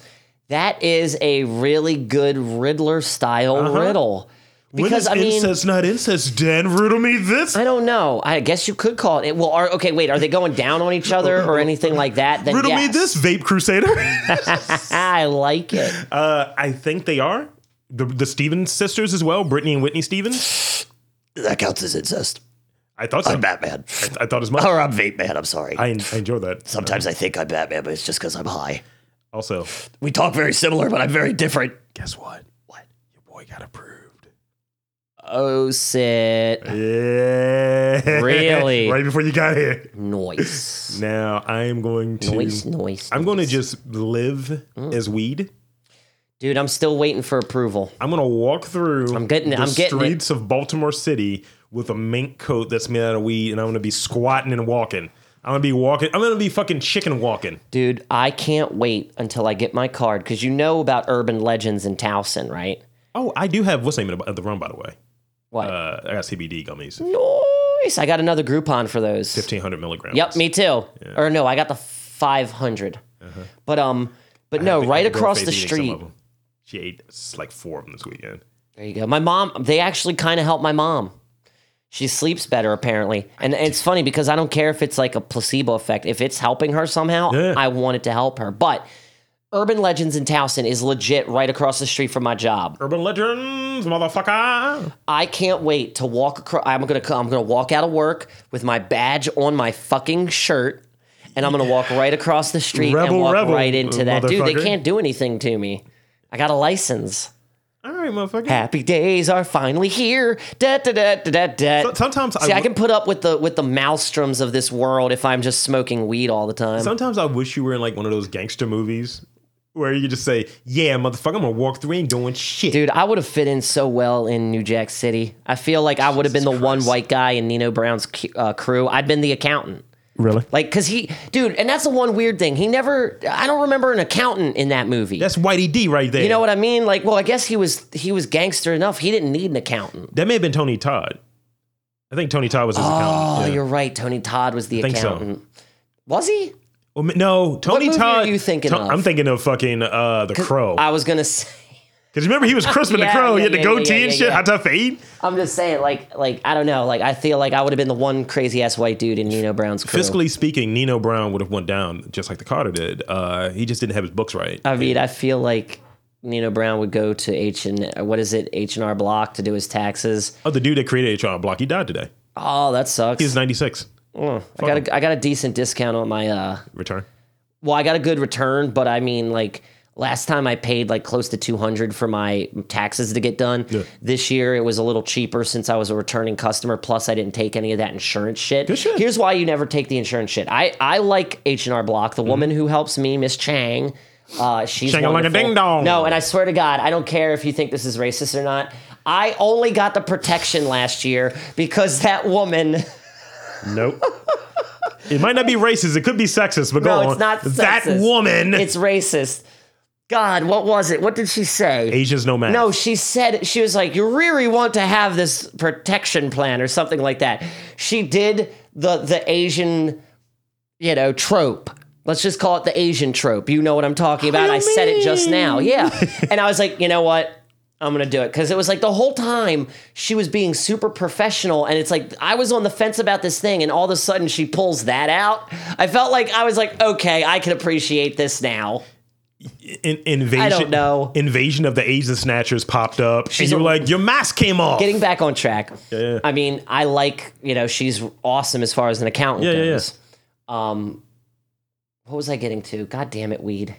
[SPEAKER 1] that is a really good Riddler style riddle. Because I
[SPEAKER 2] when is
[SPEAKER 1] mean,
[SPEAKER 2] incest not incest, Dan? Riddle me this.
[SPEAKER 1] I don't know. I guess you could call it. it well, are, okay, wait. Are they going down on each other or anything like that? Then
[SPEAKER 2] Riddle
[SPEAKER 1] yes.
[SPEAKER 2] me this, vape crusader. (laughs)
[SPEAKER 1] (laughs) I like it.
[SPEAKER 2] uh, I think they are. The, the Stevens sisters as well, Brittany and Whitney Stevens.
[SPEAKER 1] That counts as incest.
[SPEAKER 2] I thought so.
[SPEAKER 1] Batman.
[SPEAKER 2] I thought as much.
[SPEAKER 1] I'm vape man. I'm sorry.
[SPEAKER 2] I, en- I enjoy that. Um,
[SPEAKER 1] Sometimes I think I'm Batman, but it's just because I'm high.
[SPEAKER 2] Also,
[SPEAKER 1] We talk very similar, but I'm very different.
[SPEAKER 2] guess what? What? Your boy got approved.
[SPEAKER 1] Oh, sit.
[SPEAKER 2] Yeah.
[SPEAKER 1] Really?
[SPEAKER 2] (laughs) right before you got here.
[SPEAKER 1] Noise.
[SPEAKER 2] Now I am going to.
[SPEAKER 1] Noise, noise.
[SPEAKER 2] I'm going to just live
[SPEAKER 1] Mm.
[SPEAKER 2] as weed.
[SPEAKER 1] Dude, I'm still waiting for approval.
[SPEAKER 2] I'm gonna walk through.
[SPEAKER 1] I'm getting it,
[SPEAKER 2] the
[SPEAKER 1] I'm getting it.
[SPEAKER 2] streets of Baltimore City with a mink coat that's made out of weed, and I'm gonna be squatting and walking. I'm gonna be walking. I'm gonna be fucking chicken walking.
[SPEAKER 1] Dude, I can't wait until I get my card because you know about urban legends in Towson, right?
[SPEAKER 2] Oh, I do have what's the name of the- of the run, by the way.
[SPEAKER 1] What?
[SPEAKER 2] Uh, I got CBD gummies,
[SPEAKER 1] Mm. Noise. I got another Groupon for those.
[SPEAKER 2] 1500 milligrams.
[SPEAKER 1] Yep, me too. Or no, I got the 500. But um, but
[SPEAKER 2] Uh-huh. I
[SPEAKER 1] no,
[SPEAKER 2] think
[SPEAKER 1] right
[SPEAKER 2] my
[SPEAKER 1] across the
[SPEAKER 2] girlfriend's eating some
[SPEAKER 1] street.
[SPEAKER 2] of them. She ate s- like four of them this weekend.
[SPEAKER 1] There you go. My mom, they actually kind of helped my mom. She sleeps better apparently. And it's funny because I don't care if it's like a placebo effect. If it's helping her somehow,
[SPEAKER 2] Yeah.
[SPEAKER 1] I want it to help her. But Urban Legends in Towson is legit right across the street from my job.
[SPEAKER 2] Urban legends, motherfucker.
[SPEAKER 1] I can't wait to walk across I'm going to I'm going to walk out of work with my badge on my fucking shirt and I'm going to walk right across the street
[SPEAKER 2] Rebel,
[SPEAKER 1] and walk
[SPEAKER 2] rebel,
[SPEAKER 1] right into that. Dude, they
[SPEAKER 2] motherfucker.
[SPEAKER 1] can't do anything to me. I got a license.
[SPEAKER 2] All right, motherfucker.
[SPEAKER 1] Happy days are finally here. Da, da, da, da, da, da.
[SPEAKER 2] So- sometimes I
[SPEAKER 1] See, I,
[SPEAKER 2] w-
[SPEAKER 1] can put up with the with the maelstroms of this world if I'm just smoking weed all the time.
[SPEAKER 2] Sometimes I wish you were in like one of those gangster movies where you just say, "Yeah, motherfucker, I'm gonna walk through and doing shit."
[SPEAKER 1] Dude, I would have fit in so well in New Jack City. I feel like I would have been the one white guy in Nino Brown's uh, crew. I'd been the accountant.
[SPEAKER 2] Really?
[SPEAKER 1] Like, cause he, dude, and that's the one weird thing. He never, I don't remember an accountant in that movie.
[SPEAKER 2] That's Whitey D right there.
[SPEAKER 1] you know what I mean? Like, well, I guess he was he was gangster enough. He didn't need an accountant.
[SPEAKER 2] That may have been Tony Todd. I think Tony Todd was his
[SPEAKER 1] Oh,
[SPEAKER 2] accountant. Yeah.
[SPEAKER 1] you're right. Tony Todd was the
[SPEAKER 2] think so.
[SPEAKER 1] accountant. Was he?
[SPEAKER 2] Well, m- no, Tony
[SPEAKER 1] movie
[SPEAKER 2] Todd.
[SPEAKER 1] are you thinking
[SPEAKER 2] To-
[SPEAKER 1] of?
[SPEAKER 2] I'm thinking of fucking uh, The Crow.
[SPEAKER 1] I was gonna say.
[SPEAKER 2] Because remember
[SPEAKER 1] (laughs)
[SPEAKER 2] he was Crispin
[SPEAKER 1] Yeah,
[SPEAKER 2] the Crow. he had
[SPEAKER 1] yeah,
[SPEAKER 2] the
[SPEAKER 1] yeah,
[SPEAKER 2] goatee
[SPEAKER 1] yeah, yeah,
[SPEAKER 2] and shit.
[SPEAKER 1] yeah.
[SPEAKER 2] Hot tough fade.
[SPEAKER 1] (laughs) I'm just saying, like, like I don't know. Like, I feel like I would have been the one crazy ass white dude in Nino Brown's crew.
[SPEAKER 2] Fiscally speaking, Nino Brown would have went down just like the Carter did. Uh, he just didn't have his books right.
[SPEAKER 1] I mean, I feel like Nino Brown would go to H and what is it, H and R Block to do his taxes.
[SPEAKER 2] oh, the dude that created HR Block, he died today.
[SPEAKER 1] Oh, that sucks.
[SPEAKER 2] He's 96.
[SPEAKER 1] I got a, I got a decent discount on my. uh
[SPEAKER 2] Return.
[SPEAKER 1] Well, I got a good return, but I mean, like last time I paid like close to 200 for my taxes to get done. This year it was a little cheaper since I was a returning customer plus I didn't take any of that insurance shit.
[SPEAKER 2] Good shit.
[SPEAKER 1] Here's why you never take the insurance shit. I I like H&R Block, the woman who helps me, Miss Chang. Uh she's
[SPEAKER 2] Chang-a-lang-a
[SPEAKER 1] wonderful.
[SPEAKER 2] ding-dong.
[SPEAKER 1] No, and I swear to God, I don't care if you think this is racist or not. I only got the protection last year because that woman (laughs)
[SPEAKER 2] Nope. (laughs) it might not be racist. It could be sexist, but
[SPEAKER 1] No,
[SPEAKER 2] go
[SPEAKER 1] it's
[SPEAKER 2] on.
[SPEAKER 1] not
[SPEAKER 2] That
[SPEAKER 1] sexist.
[SPEAKER 2] woman.
[SPEAKER 1] it's racist. God, what was it? What did she say?
[SPEAKER 2] Asians no matter.
[SPEAKER 1] No, she said she was like, "You really want to have this protection plan or something like that." She did the the Asian, you know, trope. Let's just call it the Asian trope. You know what I'm talking about. I said it just now. Yeah. and I was like, "You know what? I'm going to do it." Cuz it was like the whole time she was being super professional and it's like I was on the fence about this thing and all of a sudden she pulls that out. I felt like I was like, "Okay, I can appreciate this now."
[SPEAKER 2] In, invasion.
[SPEAKER 1] know.
[SPEAKER 2] Invasion of the Asian Snatchers popped up.
[SPEAKER 1] She's a-
[SPEAKER 2] and you're like, your mask came off.
[SPEAKER 1] getting back on track.
[SPEAKER 2] yeah.
[SPEAKER 1] I mean, I like you know she's awesome as far as an accountant
[SPEAKER 2] Yeah, yeah, yeah.
[SPEAKER 1] goes. Um, what was I getting to? God damn it, weed.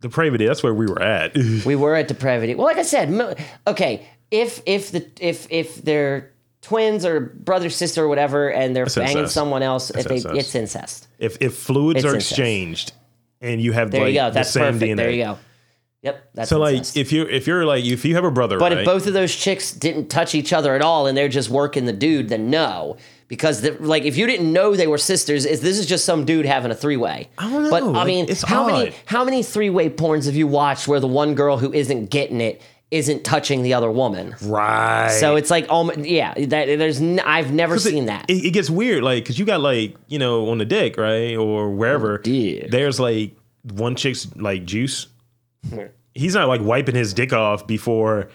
[SPEAKER 2] Depravity. That's where we were
[SPEAKER 1] (laughs)
[SPEAKER 2] at.
[SPEAKER 1] We were at depravity. Well, like I said, mo- okay. If if the if if they're twins or brother sister or whatever, and they're banging
[SPEAKER 2] incest.
[SPEAKER 1] someone else, if they,
[SPEAKER 2] incest.
[SPEAKER 1] it's incest.
[SPEAKER 2] if if fluids
[SPEAKER 1] It's
[SPEAKER 2] are
[SPEAKER 1] incest.
[SPEAKER 2] exchanged and you have
[SPEAKER 1] There
[SPEAKER 2] like
[SPEAKER 1] you go.
[SPEAKER 2] the
[SPEAKER 1] That's
[SPEAKER 2] same
[SPEAKER 1] perfect.
[SPEAKER 2] DNA.
[SPEAKER 1] There you go. Yep. That's
[SPEAKER 2] So like
[SPEAKER 1] incest.
[SPEAKER 2] if you if you're like if you have a brother,
[SPEAKER 1] But
[SPEAKER 2] right?
[SPEAKER 1] if both of those chicks didn't touch each other at all and they're just working the dude, then no. because the, like if you didn't know they were sisters, is this is just some dude having a three way?
[SPEAKER 2] I don't know,
[SPEAKER 1] But I
[SPEAKER 2] like,
[SPEAKER 1] mean,
[SPEAKER 2] it's
[SPEAKER 1] how
[SPEAKER 2] odd.
[SPEAKER 1] many how many three way porns have you watched where the one girl who isn't getting it isn't touching the other woman?
[SPEAKER 2] Right.
[SPEAKER 1] So it's like, um, yeah, that there's n- I've never
[SPEAKER 2] 'Cause it-
[SPEAKER 1] seen that.
[SPEAKER 2] It, it gets weird, like, cause you got like, you know, on the dick, right, or wherever.
[SPEAKER 1] dick.
[SPEAKER 2] There's like one chick's like juice. He's not like wiping his dick off before,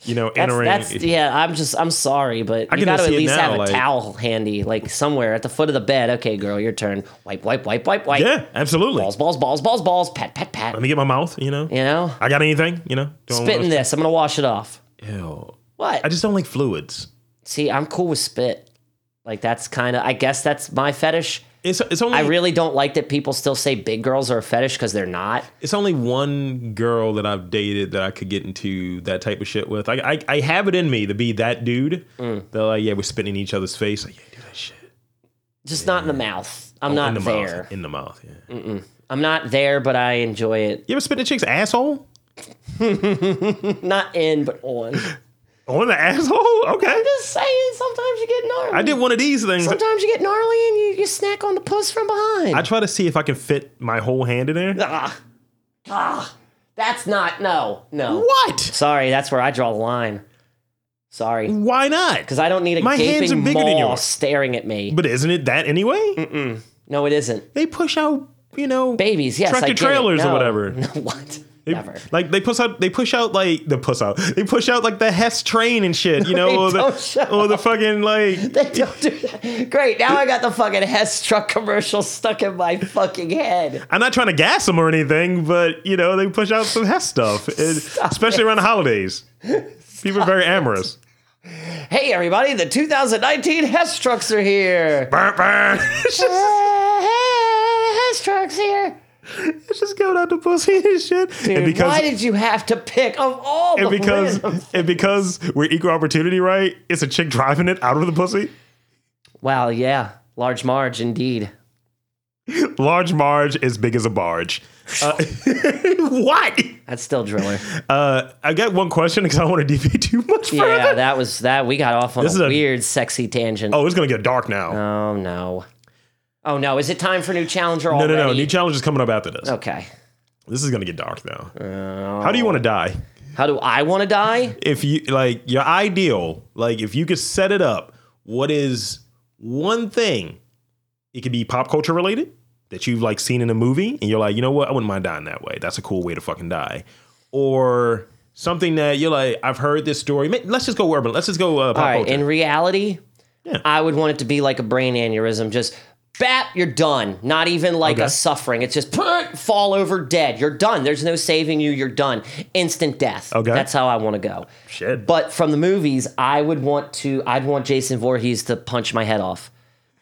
[SPEAKER 2] you know,
[SPEAKER 1] That's,
[SPEAKER 2] entering.
[SPEAKER 1] that's yeah. I'm just I'm sorry, but you
[SPEAKER 2] can
[SPEAKER 1] got to at
[SPEAKER 2] see it
[SPEAKER 1] least
[SPEAKER 2] now,
[SPEAKER 1] have a
[SPEAKER 2] like-
[SPEAKER 1] towel handy, like somewhere at the foot of the bed. Okay, girl, your turn. Wipe, wipe, wipe, wipe, wipe.
[SPEAKER 2] yeah, absolutely.
[SPEAKER 1] Balls, balls, balls, balls, balls. Pat, pat, pat.
[SPEAKER 2] Let me get my mouth. You know.
[SPEAKER 1] You know,
[SPEAKER 2] I got anything? You know. Don't-
[SPEAKER 1] spitting this. I'm gonna wash it off.
[SPEAKER 2] Ew.
[SPEAKER 1] What?
[SPEAKER 2] I just don't like fluids.
[SPEAKER 1] See, I'm cool with spit. Like that's kind of. I guess that's my fetish.
[SPEAKER 2] It's it's only
[SPEAKER 1] I really don't like that people still say big girls are a fetish because they're not.
[SPEAKER 2] it's only one girl that I've dated that I could get into that type of shit with. I I, I have it in me to be that dude.
[SPEAKER 1] Mm.
[SPEAKER 2] They're like, yeah, we're spitting in each other's face. Like, yeah, do that shit.
[SPEAKER 1] Just not in the mouth. I'm
[SPEAKER 2] Oh, in
[SPEAKER 1] not
[SPEAKER 2] the
[SPEAKER 1] there. Mm.
[SPEAKER 2] mouth. In the mouth. Yeah.
[SPEAKER 1] I'm not there, but I enjoy it.
[SPEAKER 2] You ever spit in a chick's asshole?
[SPEAKER 1] Not in, but
[SPEAKER 2] (laughs)
[SPEAKER 1] on.
[SPEAKER 2] On the asshole? (laughs) Okay.
[SPEAKER 1] Just saying, sometimes you get gnarly.
[SPEAKER 2] I did one of these things.
[SPEAKER 1] Sometimes you get gnarly and you, you snack on the puss from behind.
[SPEAKER 2] I try to see if I can fit my whole hand in there.
[SPEAKER 1] ah, ah, that's not no no.
[SPEAKER 2] What?
[SPEAKER 1] Sorry, that's where I draw the line. Sorry,
[SPEAKER 2] Why not?
[SPEAKER 1] because I don't need a
[SPEAKER 2] Mm. My hands
[SPEAKER 1] gaping
[SPEAKER 2] are bigger than
[SPEAKER 1] maw
[SPEAKER 2] yours.
[SPEAKER 1] staring at me.
[SPEAKER 2] But isn't it that anyway?
[SPEAKER 1] No, it isn't.
[SPEAKER 2] They push out, you know,
[SPEAKER 1] Babies, yes, I
[SPEAKER 2] tractor
[SPEAKER 1] get it.
[SPEAKER 2] trailers
[SPEAKER 1] (laughs) No.
[SPEAKER 2] or whatever.
[SPEAKER 1] what?
[SPEAKER 2] They-
[SPEAKER 1] Never. (laughs)
[SPEAKER 2] Like they push out, they push out like the push out. They push out like the Hess train and
[SPEAKER 1] (laughs)
[SPEAKER 2] shit, you know,
[SPEAKER 1] They
[SPEAKER 2] or
[SPEAKER 1] don't show
[SPEAKER 2] the or the fucking like.
[SPEAKER 1] They don't do that. Great. Now I got the fucking Hess truck commercial stuck in my fucking head.
[SPEAKER 2] I'm not trying to gas them or anything, but you know they push out some Hess stuff, and especially around
[SPEAKER 1] (laughs)
[SPEAKER 2] the holidays. People are very amorous.
[SPEAKER 1] Hey, everybody, the 2019 Hess trucks are here.
[SPEAKER 2] Burr, burr. it's,
[SPEAKER 1] Uh, (laughs)
[SPEAKER 2] just,
[SPEAKER 1] hey, Hess trucks here.
[SPEAKER 2] it's just going out the pussy and shit. and
[SPEAKER 1] Dude,
[SPEAKER 2] because
[SPEAKER 1] why did you have to pick of all the
[SPEAKER 2] and
[SPEAKER 1] (laughs)
[SPEAKER 2] because
[SPEAKER 1] random-
[SPEAKER 2] and because we're equal opportunity, right? It's a chick driving it out of the pussy.
[SPEAKER 1] Wow, yeah. Large Marge indeed.
[SPEAKER 2] Large Marge as big as a barge. Uh,
[SPEAKER 1] (laughs)
[SPEAKER 2] what?
[SPEAKER 1] That's still
[SPEAKER 2] (laughs)
[SPEAKER 1] driller.
[SPEAKER 2] Uh, I got one question because I don't want to deviate too much further.
[SPEAKER 1] yeah, that was that we got off on
[SPEAKER 2] This
[SPEAKER 1] a,
[SPEAKER 2] is a-
[SPEAKER 1] weird sexy tangent. Oh.
[SPEAKER 2] Oh, it's gonna get dark now.
[SPEAKER 1] no. Oh no, is it time for new challenger
[SPEAKER 2] no,
[SPEAKER 1] already? Oh.
[SPEAKER 2] no, no. New challenge is coming up after this.
[SPEAKER 1] Okay.
[SPEAKER 2] This is gonna get dark now.
[SPEAKER 1] Oh.
[SPEAKER 2] How do you want to die?
[SPEAKER 1] How do I want to die?
[SPEAKER 2] If you like your ideal, like if you could set it up, what is one thing? It could be pop culture related that you've like seen in a movie, and you're like, you know what? I wouldn't mind dying that way. That's a cool way to fucking die. Or something that you're like, I've heard this story. Ma- Let's just go urban. Let's just go uh, pop
[SPEAKER 1] All right.
[SPEAKER 2] culture.
[SPEAKER 1] In reality,
[SPEAKER 2] Yeah.
[SPEAKER 1] I would want it to be like a brain aneurysm. Just bap, you're done. Not even like
[SPEAKER 2] Okay.
[SPEAKER 1] a suffering. It's just "Purr," fall over dead. You're done. There's no saving you. You're done. Instant death.
[SPEAKER 2] Okay.
[SPEAKER 1] That's how I want to go.
[SPEAKER 2] Shit.
[SPEAKER 1] But from the movies, I would want to. I'd want Jason Voorhees to punch my head off.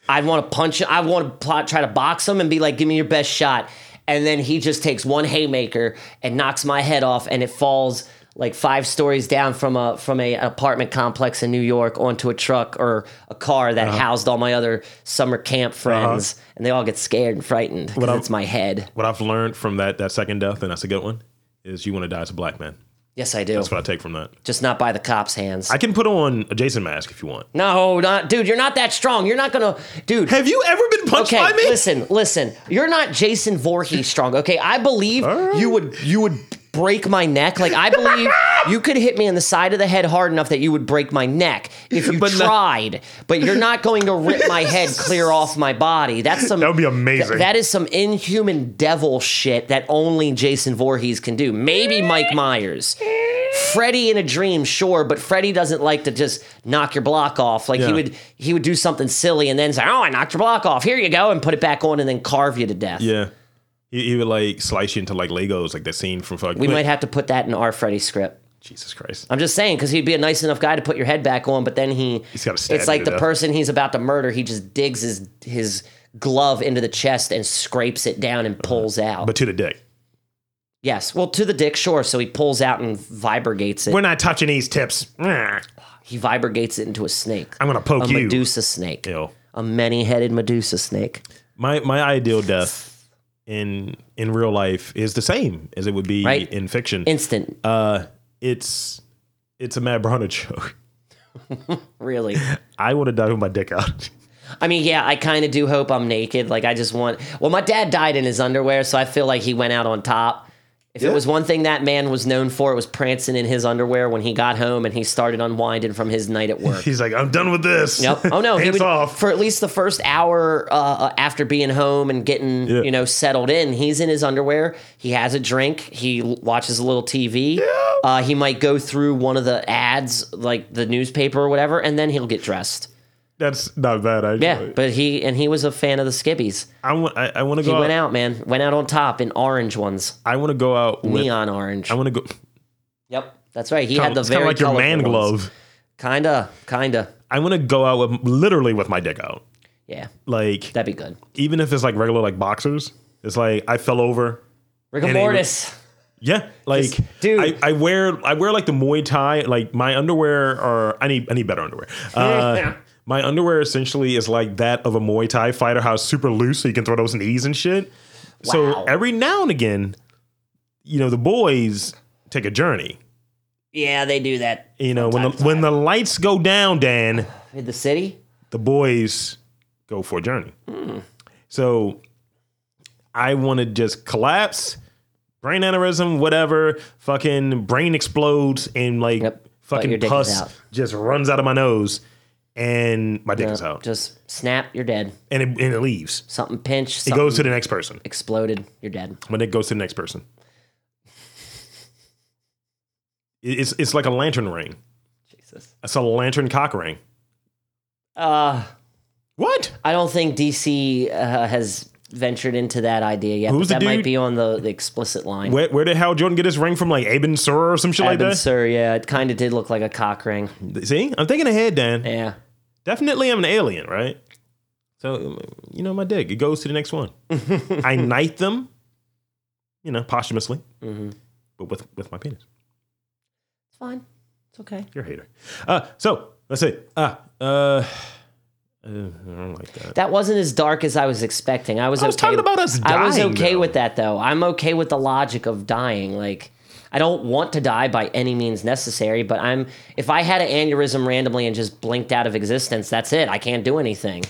[SPEAKER 1] I'd want to punch. I want to plot, try to box him and be like, "Give me your best shot." And then he just takes one haymaker and knocks my head off, and it falls like five stories down from a from a, an apartment complex in New York onto a truck or a car
[SPEAKER 2] Uh-huh.
[SPEAKER 1] that housed all my other summer camp friends, and they all get scared and frightened because
[SPEAKER 2] I'm-
[SPEAKER 1] it's my head.
[SPEAKER 2] what I've learned from that that second death, and that's a good one, is you want to die as a black man.
[SPEAKER 1] Yes, I do.
[SPEAKER 2] That's what I take from that.
[SPEAKER 1] Just not by the cops' hands.
[SPEAKER 2] I can put on a Jason mask if you want.
[SPEAKER 1] no, not dude. You're not that strong. You're not gonna, dude.
[SPEAKER 2] Have you ever been punched
[SPEAKER 1] Okay,
[SPEAKER 2] by me?
[SPEAKER 1] listen, listen. You're not Jason Voorhees strong. Okay, I believe
[SPEAKER 2] right.
[SPEAKER 1] you would you would break my neck. Like I believe
[SPEAKER 2] (laughs)
[SPEAKER 1] you could hit me in the side of the head hard enough that you would break my neck if you
[SPEAKER 2] (laughs) But no-
[SPEAKER 1] tried. But you're not going to rip my head clear
[SPEAKER 2] (laughs)
[SPEAKER 1] off my body. That's some
[SPEAKER 2] That would be amazing.
[SPEAKER 1] that is some inhuman devil shit that only Jason Voorhees can do. Maybe Mike Myers. Freddy in a dream, sure, but Freddy doesn't like to just knock your block off. Like he
[SPEAKER 2] Yeah.
[SPEAKER 1] would he would do something silly and then say, Oh, I knocked your block off. Here you go, and put it back on and then carve you to death.
[SPEAKER 2] yeah, he, he would like slice you into like Legos, like that scene from fucking.
[SPEAKER 1] We might have to put that in our Freddy script.
[SPEAKER 2] (laughs) Jesus Christ.
[SPEAKER 1] I'm just saying, because he'd be a nice enough guy to put your head back on, but then he
[SPEAKER 2] He's gotta stab
[SPEAKER 1] it's
[SPEAKER 2] you
[SPEAKER 1] like
[SPEAKER 2] to
[SPEAKER 1] the
[SPEAKER 2] death.
[SPEAKER 1] person he's about to murder, he just digs his his glove into the chest and scrapes it down and pulls out.
[SPEAKER 2] Uh-huh. But to the dick.
[SPEAKER 1] Yes. Well, to the dick, sure. So he pulls out and vibragates it.
[SPEAKER 2] We're not touching these tips. Mm.
[SPEAKER 1] he vibragates it into a snake.
[SPEAKER 2] I'm gonna poke
[SPEAKER 1] a
[SPEAKER 2] you.
[SPEAKER 1] Medusa snake.
[SPEAKER 2] Ew.
[SPEAKER 1] A many headed Medusa snake.
[SPEAKER 2] My my ideal death in in real life is the same as it would be
[SPEAKER 1] Right.
[SPEAKER 2] in fiction.
[SPEAKER 1] Instant.
[SPEAKER 2] uh, it's it's a Matt Browner (laughs) joke.
[SPEAKER 1] really.
[SPEAKER 2] I want to die with my dick out. (laughs)
[SPEAKER 1] I mean, yeah, I kind of do hope I'm naked. Like, I just want. Well, my dad died in his underwear, so I feel like he went out on top. If
[SPEAKER 2] Yeah.
[SPEAKER 1] it was one thing that man was known for, it was prancing in his underwear when he got home and he started unwinding from his night at
[SPEAKER 2] (laughs)
[SPEAKER 1] work.
[SPEAKER 2] He's like, I'm done with this.
[SPEAKER 1] Yep. Oh no,
[SPEAKER 2] (laughs) Hands
[SPEAKER 1] he would
[SPEAKER 2] off.
[SPEAKER 1] for at least the first hour uh, after being home and getting
[SPEAKER 2] Yeah.
[SPEAKER 1] you know settled in. He's in his underwear. He has a drink. He l- watches a little TV. Uh, he might go through one of the ads, like the newspaper or whatever, and then he'll get dressed.
[SPEAKER 2] That's not bad. Actually.
[SPEAKER 1] Yeah, but he and he was a fan of the Skibbies.
[SPEAKER 2] I want. I, I want to
[SPEAKER 1] He
[SPEAKER 2] go.
[SPEAKER 1] went
[SPEAKER 2] out,
[SPEAKER 1] out, man. Went out on top in orange ones,
[SPEAKER 2] I want to go out with.
[SPEAKER 1] neon orange.
[SPEAKER 2] I want to go.
[SPEAKER 1] Yep, that's right. He had the
[SPEAKER 2] It's kind
[SPEAKER 1] very
[SPEAKER 2] of like your
[SPEAKER 1] colorful
[SPEAKER 2] man
[SPEAKER 1] ones.
[SPEAKER 2] glove.
[SPEAKER 1] Kinda, kinda.
[SPEAKER 2] I want to go out with literally with my dick out.
[SPEAKER 1] Yeah,
[SPEAKER 2] Like
[SPEAKER 1] that'd be good.
[SPEAKER 2] even if it's like regular like boxers, it's like I fell over.
[SPEAKER 1] Rigor
[SPEAKER 2] And he would-
[SPEAKER 1] mortis.
[SPEAKER 2] Yeah, like
[SPEAKER 1] dude.
[SPEAKER 2] I, I wear I wear like the Muay Thai. Like my underwear are I need I need better
[SPEAKER 1] (laughs)
[SPEAKER 2] underwear. Uh, my underwear essentially is like that of a Muay Thai fighter, how it's super loose, so you can throw those knees and shit. So
[SPEAKER 1] Wow.
[SPEAKER 2] every now and again, you know the boys take a journey.
[SPEAKER 1] Yeah, they do that
[SPEAKER 2] You know when the when the lights go down, Dan.
[SPEAKER 1] in the city.
[SPEAKER 2] the boys go for a journey. So I want to just collapse, brain aneurysm, whatever, fucking brain explodes and like
[SPEAKER 1] Yep. But
[SPEAKER 2] fucking
[SPEAKER 1] your dick is
[SPEAKER 2] pus
[SPEAKER 1] out.
[SPEAKER 2] just runs out of my nose and my dick is out
[SPEAKER 1] Just snap, you're dead.
[SPEAKER 2] and it, and it leaves.
[SPEAKER 1] Something pinched,
[SPEAKER 2] It
[SPEAKER 1] something
[SPEAKER 2] goes to the next person.
[SPEAKER 1] exploded, you're dead.
[SPEAKER 2] When it goes to the next person, It- it's it's like a lantern ring.
[SPEAKER 1] Jesus.
[SPEAKER 2] It's a lantern cock ring.
[SPEAKER 1] Uh,
[SPEAKER 2] What?
[SPEAKER 1] I don't think DC uh, has ventured into that idea yet.
[SPEAKER 2] Who's
[SPEAKER 1] but that
[SPEAKER 2] the
[SPEAKER 1] might
[SPEAKER 2] dude-
[SPEAKER 1] be on the, the explicit line.
[SPEAKER 2] Where, where did Hal Jordan get his ring from? Like Aben Sur or some shit like
[SPEAKER 1] Eben
[SPEAKER 2] that?
[SPEAKER 1] Sur, yeah, it kind of did look like a cock ring.
[SPEAKER 2] See, I'm thinking ahead, Dan.
[SPEAKER 1] Yeah.
[SPEAKER 2] Definitely, I'm an alien, right? So, you know, my dick it goes to the next one.
[SPEAKER 1] (laughs)
[SPEAKER 2] I knight them, you know, posthumously,
[SPEAKER 1] Mhm.
[SPEAKER 2] but with with my penis.
[SPEAKER 1] It's fine. It's okay.
[SPEAKER 2] You're a hater. Uh, so let's see. Uh, uh, uh, I don't like that.
[SPEAKER 1] That wasn't as dark as I was expecting. I was,
[SPEAKER 2] I was
[SPEAKER 1] okay.
[SPEAKER 2] talking about us
[SPEAKER 1] I was
[SPEAKER 2] dying,
[SPEAKER 1] okay
[SPEAKER 2] though.
[SPEAKER 1] with that though. I'm okay with the logic of dying. Like I don't want to die by any means necessary, but I'm if I had an aneurysm randomly and just blinked out of existence, that's it. I can't do anything.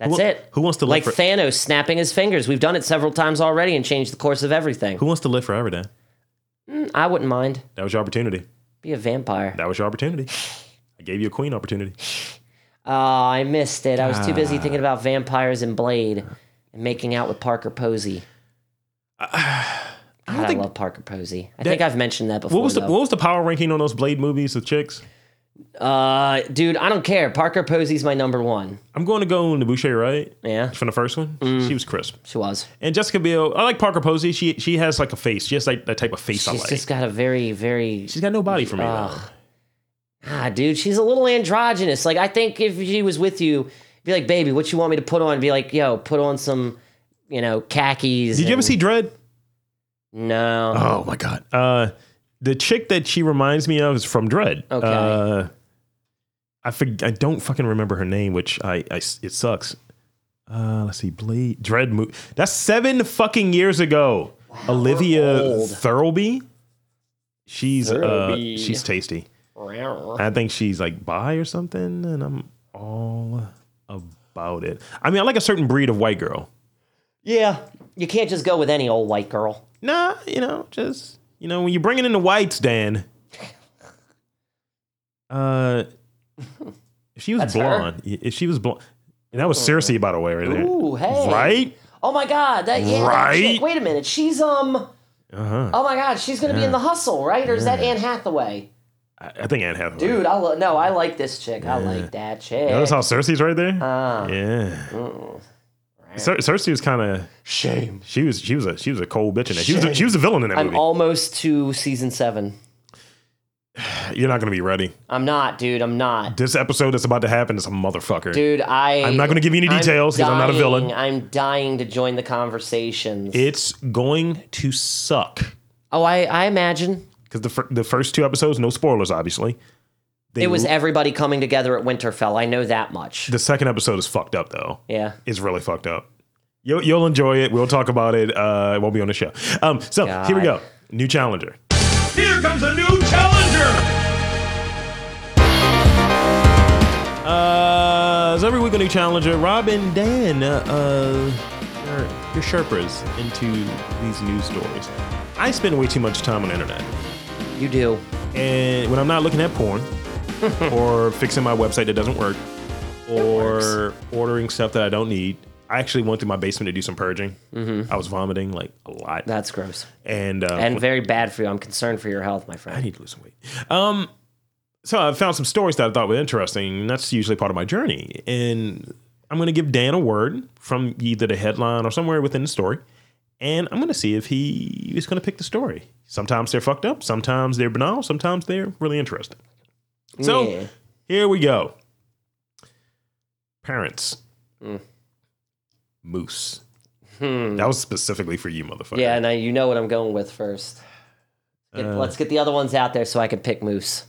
[SPEAKER 1] That's
[SPEAKER 2] Who-
[SPEAKER 1] it.
[SPEAKER 2] who wants to
[SPEAKER 1] like
[SPEAKER 2] live for-
[SPEAKER 1] Thanos snapping his fingers? We've done it several times already and changed the course of everything.
[SPEAKER 2] Who wants to live forever, Dan?
[SPEAKER 1] I wouldn't mind.
[SPEAKER 2] That was your opportunity.
[SPEAKER 1] Be a vampire.
[SPEAKER 2] That was your opportunity. I gave you a queen opportunity.
[SPEAKER 1] Oh, I missed it. I was too
[SPEAKER 2] Ah.
[SPEAKER 1] busy thinking about vampires and Blade and making out with Parker Posey.
[SPEAKER 2] (sighs)
[SPEAKER 1] (sighs) God, I,
[SPEAKER 2] Uh, think-
[SPEAKER 1] love Parker Posey. I think I've mentioned that before.
[SPEAKER 2] What was the
[SPEAKER 1] though.
[SPEAKER 2] what was the power ranking on those Blade movies with chicks?
[SPEAKER 1] Uh, dude, I don't care. Parker Posey's my number one.
[SPEAKER 2] I'm going to go on the Boucher, right?
[SPEAKER 1] Yeah,
[SPEAKER 2] From the first one,
[SPEAKER 1] Mm.
[SPEAKER 2] she was crisp.
[SPEAKER 1] she was.
[SPEAKER 2] And Jessica Biel, I like Parker Posey. She she has like a face. She has like that type of face I
[SPEAKER 1] She's
[SPEAKER 2] like.
[SPEAKER 1] just got a very, very
[SPEAKER 2] She's got no body for me.
[SPEAKER 1] Ugh.
[SPEAKER 2] though.
[SPEAKER 1] ah, dude. She's a little androgynous. Like I think if she was with you, be like, baby, what you want me to put on? Be like, yo, put on some, you know, khakis.
[SPEAKER 2] Did you ever
[SPEAKER 1] and-
[SPEAKER 2] see Dread?
[SPEAKER 1] No.
[SPEAKER 2] Oh my god. Uh, the chick that she reminds me of is from Dread.
[SPEAKER 1] Okay.
[SPEAKER 2] Uh, I forg I don't fucking remember her name, which I, I s- it sucks. Uh, let's see, Blade Dread. Mo- That's seven fucking years ago. Olivia
[SPEAKER 1] old.
[SPEAKER 2] Thirlby. She's
[SPEAKER 1] Thirlby.
[SPEAKER 2] uh she's tasty.
[SPEAKER 1] Wow.
[SPEAKER 2] I think she's like bi or something, and I'm all about it. I mean, I like a certain breed of white girl.
[SPEAKER 1] Yeah, you can't just go with any old white girl.
[SPEAKER 2] Nah, you know, just you know, when you're bringing in the whites, Dan. (laughs) Uh, if she was
[SPEAKER 1] That's her?
[SPEAKER 2] blonde, if she was blonde, and that was Cersei, by the way, right there,
[SPEAKER 1] Ooh, hey.
[SPEAKER 2] right?
[SPEAKER 1] Oh my God, that yeah. that chick.
[SPEAKER 2] Right?
[SPEAKER 1] Wait a minute, she's um.
[SPEAKER 2] Uh huh.
[SPEAKER 1] Oh my God, she's gonna be in the hustle, right? Or is that Anne Hathaway?
[SPEAKER 2] I, I think Anne Hathaway.
[SPEAKER 1] Dude, I lo- no, I like this chick. I like that chick.
[SPEAKER 2] notice how Cersei's right there.
[SPEAKER 1] Ah.
[SPEAKER 2] yeah. Cer- Cersei was kind of
[SPEAKER 1] Shame.
[SPEAKER 2] she was she was a she was a cold bitch in that. She was a, she was a villain in that
[SPEAKER 1] I'm
[SPEAKER 2] movie.
[SPEAKER 1] almost to season seven.
[SPEAKER 2] you're not gonna be ready.
[SPEAKER 1] I'm not, dude. I'm not,
[SPEAKER 2] This episode that's about to happen is a motherfucker.
[SPEAKER 1] dude. I.
[SPEAKER 2] I'm not gonna give you any
[SPEAKER 1] I'm
[SPEAKER 2] details 'cause I'm not a villain.
[SPEAKER 1] dying- I'm dying to join the conversations.
[SPEAKER 2] It's going to suck
[SPEAKER 1] oh, I, I imagine
[SPEAKER 2] because the fir- the first two episodes, no spoilers, obviously. They-
[SPEAKER 1] it was everybody coming together at Winterfell. I know that much.
[SPEAKER 2] the second episode is fucked up though.
[SPEAKER 1] yeah.
[SPEAKER 2] It's really fucked up. You'll, you'll enjoy it. We'll talk about it. Uh, it won't be on the show. Um, so here we go.
[SPEAKER 1] God.
[SPEAKER 2] New challenger.
[SPEAKER 3] Here comes a new challenger!
[SPEAKER 2] Uh, as every week on New Challenger, Rob and Dan uh, uh, are your sherpers into these news stories. I spend way too much time on the internet,
[SPEAKER 1] You do.
[SPEAKER 2] and when I'm not looking at
[SPEAKER 1] (laughs)
[SPEAKER 2] porn, or fixing my website that doesn't work, or ordering stuff that I don't need. I actually went through my basement to do some purging. I was vomiting like a lot,
[SPEAKER 1] That's gross.
[SPEAKER 2] and uh,
[SPEAKER 1] Mm-hmm. And very bad for you. I'm concerned for your health, my
[SPEAKER 2] I
[SPEAKER 1] friend.
[SPEAKER 2] need to lose some weight. Um, so I found some stories that I thought were interesting. And that's usually part of my journey. And I'm going to give Dan a word from either the headline or somewhere within the story. And I'm going to see if he is going to pick the story. Sometimes they're fucked up. Sometimes they're banal. Sometimes they're really interesting. So
[SPEAKER 1] Yeah.
[SPEAKER 2] here we go. Parents.
[SPEAKER 1] Mm.
[SPEAKER 2] Moose. That was specifically for you, motherfucker.
[SPEAKER 1] Hmm. Yeah, now you know what I'm going with first. Get- let's get the other ones out there so I can pick moose.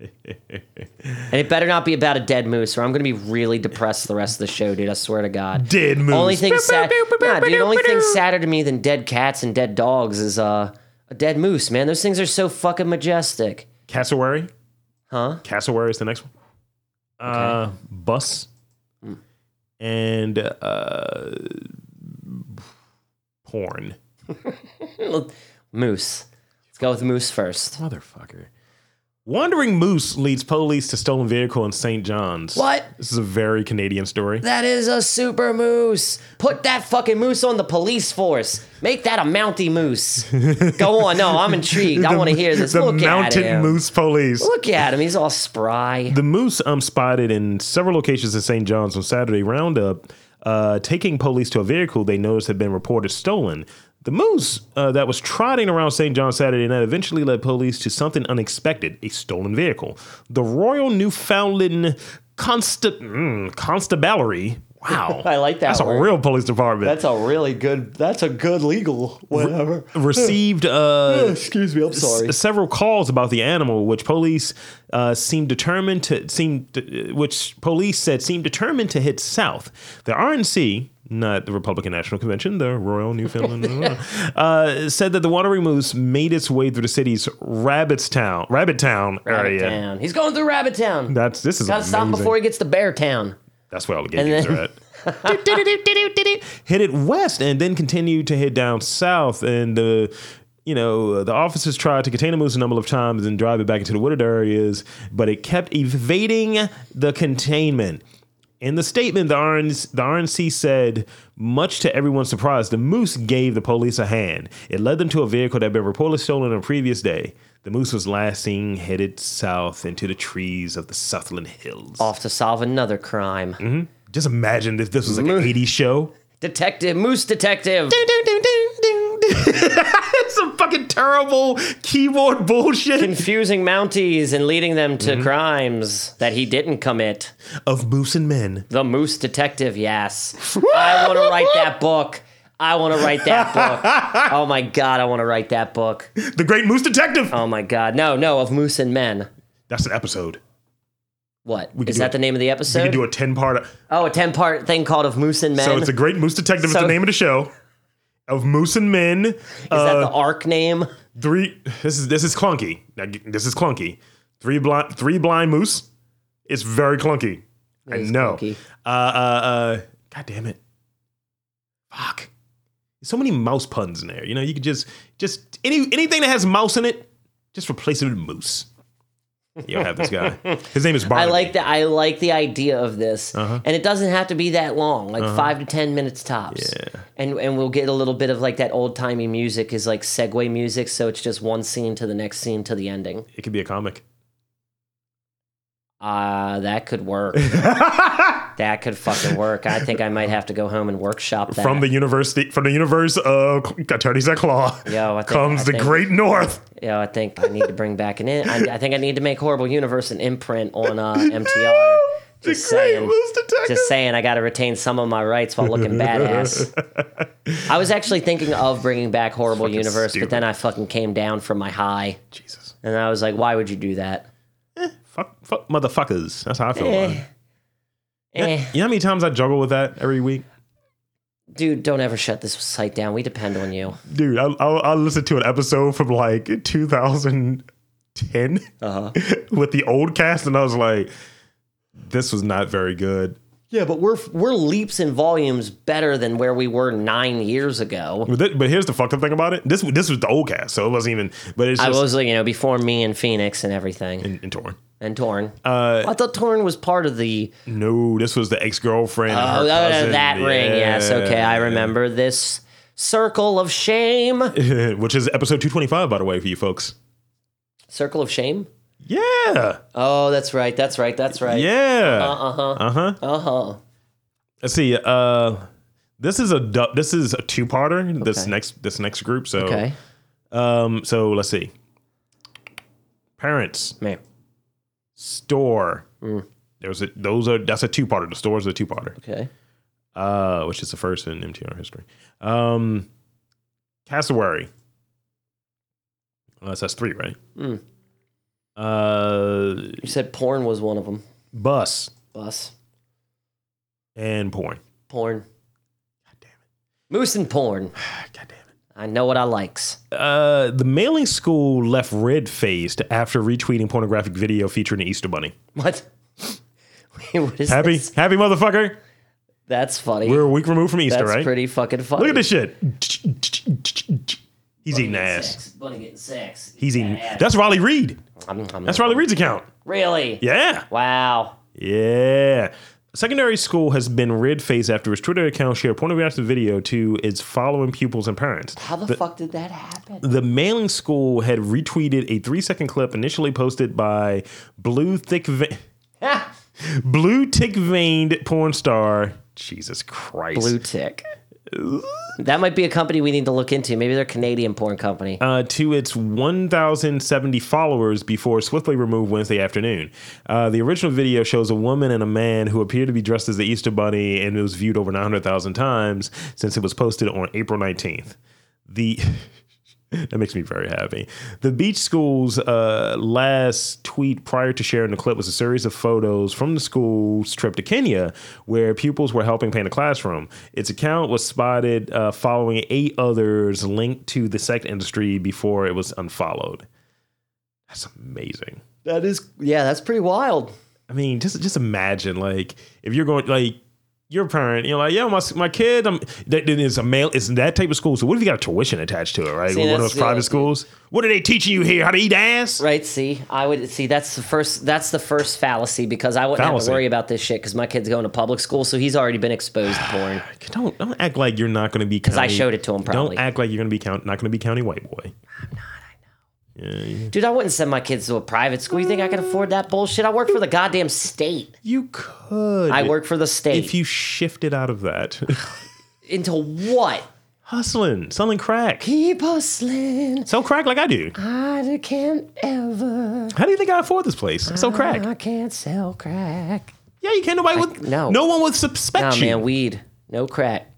[SPEAKER 1] and it better not be about a dead moose, or I'm going to be really depressed the rest of the show, dude. I swear to God.
[SPEAKER 2] Dead moose.
[SPEAKER 1] Only thing sad, nah, dude. Only thing
[SPEAKER 2] sad.
[SPEAKER 1] sadder to me than dead cats and dead dogs is uh, a dead moose, man. Those things are so fucking majestic,
[SPEAKER 2] Cassowary.
[SPEAKER 1] huh?
[SPEAKER 2] Cassowary is the next one. Uh, bus.
[SPEAKER 1] Mm.
[SPEAKER 2] And uh, porn.
[SPEAKER 1] Moose. Let's go with moose first.
[SPEAKER 2] Motherfucker. Wandering moose leads police to stolen vehicle in St. John's.
[SPEAKER 1] What?
[SPEAKER 2] This is a very Canadian story.
[SPEAKER 1] That is a super moose. Put that fucking moose on the police force. Make that a Mountie
[SPEAKER 2] (laughs)
[SPEAKER 1] moose. Go on. No, I'm intrigued. I want to hear this.
[SPEAKER 2] The
[SPEAKER 1] Look at
[SPEAKER 2] mountain
[SPEAKER 1] him.
[SPEAKER 2] moose police.
[SPEAKER 1] Look at him. He's all spry.
[SPEAKER 2] The moose um, spotted in several locations in St. John's on Saturday roundup, uh, taking police to a vehicle they noticed had been reported stolen. The moose uh, that was trotting around St. John's Saturday night eventually led police to something unexpected a stolen vehicle. The Royal Newfoundland Consta- mm, Constabulary. Wow.
[SPEAKER 1] (laughs) I like that
[SPEAKER 2] That's a
[SPEAKER 1] word.
[SPEAKER 2] real police department.
[SPEAKER 1] a really good. That's a good legal whatever.
[SPEAKER 2] received uh,
[SPEAKER 1] (laughs) Excuse me. I'm
[SPEAKER 2] s- several calls about the animal, which police uh, seemed determined to seem, which police said seemed determined to hit south. The RNC, not the Republican National Convention, the Royal Newfoundland,
[SPEAKER 1] (laughs)
[SPEAKER 2] uh, said that the wandering moose made its way through the city's Rabbitstown, Rabbittown area.
[SPEAKER 1] Town. He's going through Rabbit Town.
[SPEAKER 2] Oh, That's this is
[SPEAKER 1] Gotta stop
[SPEAKER 2] amazing.
[SPEAKER 1] before he gets to Bear Town.
[SPEAKER 2] That's where all the gatekeepers
[SPEAKER 1] then-
[SPEAKER 2] are at. hit it west and then continued to head down south and the you know the officers tried to contain the moose a number of times and drive it back into the wooded areas but it kept evading the containment in the statement the RNC, the RNC said much to everyone's surprise the moose gave the police a hand it led them to a vehicle that had been reportedly stolen on a previous day the moose was last seen headed south into the trees of the Southland Hills.
[SPEAKER 1] Off to solve another crime.
[SPEAKER 2] Mm-hmm. Just imagine if this was like an 80s show.
[SPEAKER 1] Detective, Moose Detective.
[SPEAKER 2] (laughs) Some fucking terrible keyboard bullshit
[SPEAKER 1] Confusing Mounties and leading them to
[SPEAKER 2] Mm-hmm.
[SPEAKER 1] crimes that he didn't commit.
[SPEAKER 2] of moose and men.
[SPEAKER 1] The Moose Detective, yes. I want to write that book. I want to write that book. Oh my God, I want to write that book.
[SPEAKER 2] The Great Moose Detective.
[SPEAKER 1] Oh my God. No, no, of Moose and Men.
[SPEAKER 2] That's an episode.
[SPEAKER 1] What?
[SPEAKER 2] could
[SPEAKER 1] Is
[SPEAKER 2] do
[SPEAKER 1] that
[SPEAKER 2] it.
[SPEAKER 1] the name of the
[SPEAKER 2] We could
[SPEAKER 1] episode?
[SPEAKER 2] do a 10 part.
[SPEAKER 1] oh, a 10 part thing called Of Moose and Men.
[SPEAKER 2] So it's The Great Moose Detective is
[SPEAKER 1] So-
[SPEAKER 2] the name of the show. Of moose and men.
[SPEAKER 1] Is
[SPEAKER 2] Uh, oh,
[SPEAKER 1] that the arc name?
[SPEAKER 2] three. This is this is clunky. Now, g- This is clunky. Three blind three blind moose. It's very clunky. I
[SPEAKER 1] is
[SPEAKER 2] know.
[SPEAKER 1] clunky.
[SPEAKER 2] Uh, uh, uh, God damn it. Fuck. So many mouse puns in there. You know, you could just just any anything that has mouse in it, just replace it with moose. You'll have
[SPEAKER 1] (laughs)
[SPEAKER 2] this guy. His name is
[SPEAKER 1] I
[SPEAKER 2] Barnaby.
[SPEAKER 1] like that. I like the idea of this,
[SPEAKER 2] Uh-huh.
[SPEAKER 1] and it doesn't have to be that long, like five to ten minutes tops.
[SPEAKER 2] Yeah.
[SPEAKER 1] And and we'll get a little bit of like that old timey music is like segue music, so it's just one scene to the next scene to the ending.
[SPEAKER 2] It could be a comic.
[SPEAKER 1] Ah, that could
[SPEAKER 2] (laughs)
[SPEAKER 1] work. that could fucking work. I think I might have to go home and workshop that.
[SPEAKER 2] From the university from the universe of attorneys at claw
[SPEAKER 1] Yo, I think-
[SPEAKER 2] comes
[SPEAKER 1] I
[SPEAKER 2] the
[SPEAKER 1] think-
[SPEAKER 2] great
[SPEAKER 1] (laughs)
[SPEAKER 2] north.
[SPEAKER 1] yeah, I think I need to bring back an in. I, I think I need to make horrible universe an imprint on
[SPEAKER 2] (laughs)
[SPEAKER 1] uh, MTR.
[SPEAKER 2] the great
[SPEAKER 1] Just saying.
[SPEAKER 2] moose detective.
[SPEAKER 1] Just saying, I got to retain some of my rights while looking badass. I was actually thinking of bringing back Horrible Universe, but
[SPEAKER 2] stupid.
[SPEAKER 1] then I fucking came down from my high,
[SPEAKER 2] Jesus.
[SPEAKER 1] and I was like, "Why would you do that?"
[SPEAKER 2] Fuck, fuck motherfuckers. That's how I feel. about it.
[SPEAKER 1] Eh. Eh.
[SPEAKER 2] You know how many times I juggle with that every week?
[SPEAKER 1] Dude, don't ever shut this site down. We depend on you.
[SPEAKER 2] Dude, I, I, I listened to an episode from like 2010
[SPEAKER 1] Uh huh. Uh-huh.
[SPEAKER 2] (laughs) with the old cast, and I was like, this was not very good.
[SPEAKER 1] yeah, but we're we're leaps and volumes better than where we were nine years ago.
[SPEAKER 2] But, th- but here's the fucked up thing about it. This this was the old cast, so it wasn't even. But it's
[SPEAKER 1] I
[SPEAKER 2] just
[SPEAKER 1] was like, you know, before me and Phoenix and everything,
[SPEAKER 2] in, in Torn.
[SPEAKER 1] and Torn. Uh, I thought Torn was part of the
[SPEAKER 2] No, this was the ex girlfriend.
[SPEAKER 1] oh, uh, that ring. Yes, okay, I remember this circle of shame.
[SPEAKER 2] (laughs) Which is episode 225, by the way, for you folks.
[SPEAKER 1] Circle of shame.
[SPEAKER 2] Yeah.
[SPEAKER 1] Oh, that's right. That's right. That's right.
[SPEAKER 2] Yeah.
[SPEAKER 1] Uh huh.
[SPEAKER 2] Uh huh.
[SPEAKER 1] Uh huh.
[SPEAKER 2] Let's see. Uh, this is a du- this is a two parter. This
[SPEAKER 1] Okay.
[SPEAKER 2] next this next group. So
[SPEAKER 1] Okay.
[SPEAKER 2] um so let's see. Parents
[SPEAKER 1] Man.
[SPEAKER 2] store. There's a those are that's a two parter. The store is a two parter.
[SPEAKER 1] Okay.
[SPEAKER 2] Uh, which is the first in MTR history. Um, Cassowary. Unless that's three, right?
[SPEAKER 1] Mm.
[SPEAKER 2] Uh,
[SPEAKER 1] You said porn was one of them.
[SPEAKER 2] bus
[SPEAKER 1] Bus.
[SPEAKER 2] and porn.
[SPEAKER 1] Porn.
[SPEAKER 2] God damn
[SPEAKER 1] Moose and porn.
[SPEAKER 2] it! God damn it!
[SPEAKER 1] I know what I likes.
[SPEAKER 2] Uh, the mailing school left red faced after retweeting pornographic video featuring the Easter Bunny.
[SPEAKER 1] What? (laughs) Wait, what is
[SPEAKER 2] Happy,
[SPEAKER 1] this?
[SPEAKER 2] happy motherfucker!
[SPEAKER 1] That's funny.
[SPEAKER 2] We're a week removed from Easter,
[SPEAKER 1] That's
[SPEAKER 2] right?
[SPEAKER 1] pretty fucking funny.
[SPEAKER 2] Look at this shit. He's eating
[SPEAKER 1] Getting
[SPEAKER 2] ass.
[SPEAKER 1] sex. Bunny getting sex.
[SPEAKER 2] He's eating.
[SPEAKER 1] Ass.
[SPEAKER 2] That's Riley Reed.
[SPEAKER 1] Um, um,
[SPEAKER 2] That's Riley Reed's account.
[SPEAKER 1] really.
[SPEAKER 2] Yeah.
[SPEAKER 1] Wow.
[SPEAKER 2] Yeah. Secondary school has been red faced after his Twitter account shared pornographic video to its following pupils and parents.
[SPEAKER 1] How the, fuck did that happen?
[SPEAKER 2] The mailing school had retweeted a three second clip initially posted by Blue Thick (laughs) Ve- Blue Tick Veined porn star. Jesus Christ.
[SPEAKER 1] Blue tick. That might be a company we need to look into. Maybe they're a Canadian porn company.
[SPEAKER 2] uh, to its 1,070 followers before swiftly removed Wednesday afternoon. Uh, the original video shows a woman and a man who appear to be dressed as the Easter Bunny and it was viewed over 900,000 times since it was posted on April 19th. The. (laughs) That makes me very happy. The beach school's uh, last tweet prior to sharing the clip was a series of photos from the school's trip to Kenya, where pupils were helping paint a classroom. Its account was spotted uh, following eight others linked to the sex industry before it was unfollowed. That's amazing.
[SPEAKER 1] that is, yeah, that's pretty wild.
[SPEAKER 2] I mean, just just imagine like if you're going like your parent, you're like, yeah, my my kid, I'm that that is a male, it's that type of school. So what if you got a tuition attached to it, right?
[SPEAKER 1] See,
[SPEAKER 2] One of
[SPEAKER 1] that's
[SPEAKER 2] those private
[SPEAKER 1] the-
[SPEAKER 2] schools. What are they teaching you here? How to eat ass?
[SPEAKER 1] Right? See, I would see. That's the first. That's the first fallacy because I wouldn't have
[SPEAKER 2] Fallacy.
[SPEAKER 1] to worry about this shit because my kid's going to public school, so he's already been exposed to
[SPEAKER 2] (sighs)
[SPEAKER 1] porn.
[SPEAKER 2] Don't don't act like you're not going to be because
[SPEAKER 1] I showed it to him, probably.
[SPEAKER 2] Don't act like you're going to be count not going to be county white boy. I'm not. I know. Yeah, you,
[SPEAKER 1] Dude, I wouldn't send my kids to a private school. You think I can afford that bullshit? I work for the goddamn state.
[SPEAKER 2] you could.
[SPEAKER 1] I work for the state.
[SPEAKER 2] If you shifted out of that, (laughs)
[SPEAKER 1] Into what?
[SPEAKER 2] hustling, selling crack,
[SPEAKER 1] Keep hustling.
[SPEAKER 2] sell crack like I do.
[SPEAKER 1] I can't ever.
[SPEAKER 2] How do you think I afford this place? I sell crack.
[SPEAKER 1] I can't sell crack.
[SPEAKER 2] Yeah, you can't. Nobody would.
[SPEAKER 1] no.
[SPEAKER 2] No one would suspect
[SPEAKER 1] Nah,
[SPEAKER 2] you.
[SPEAKER 1] Oh, man, weed. No crack.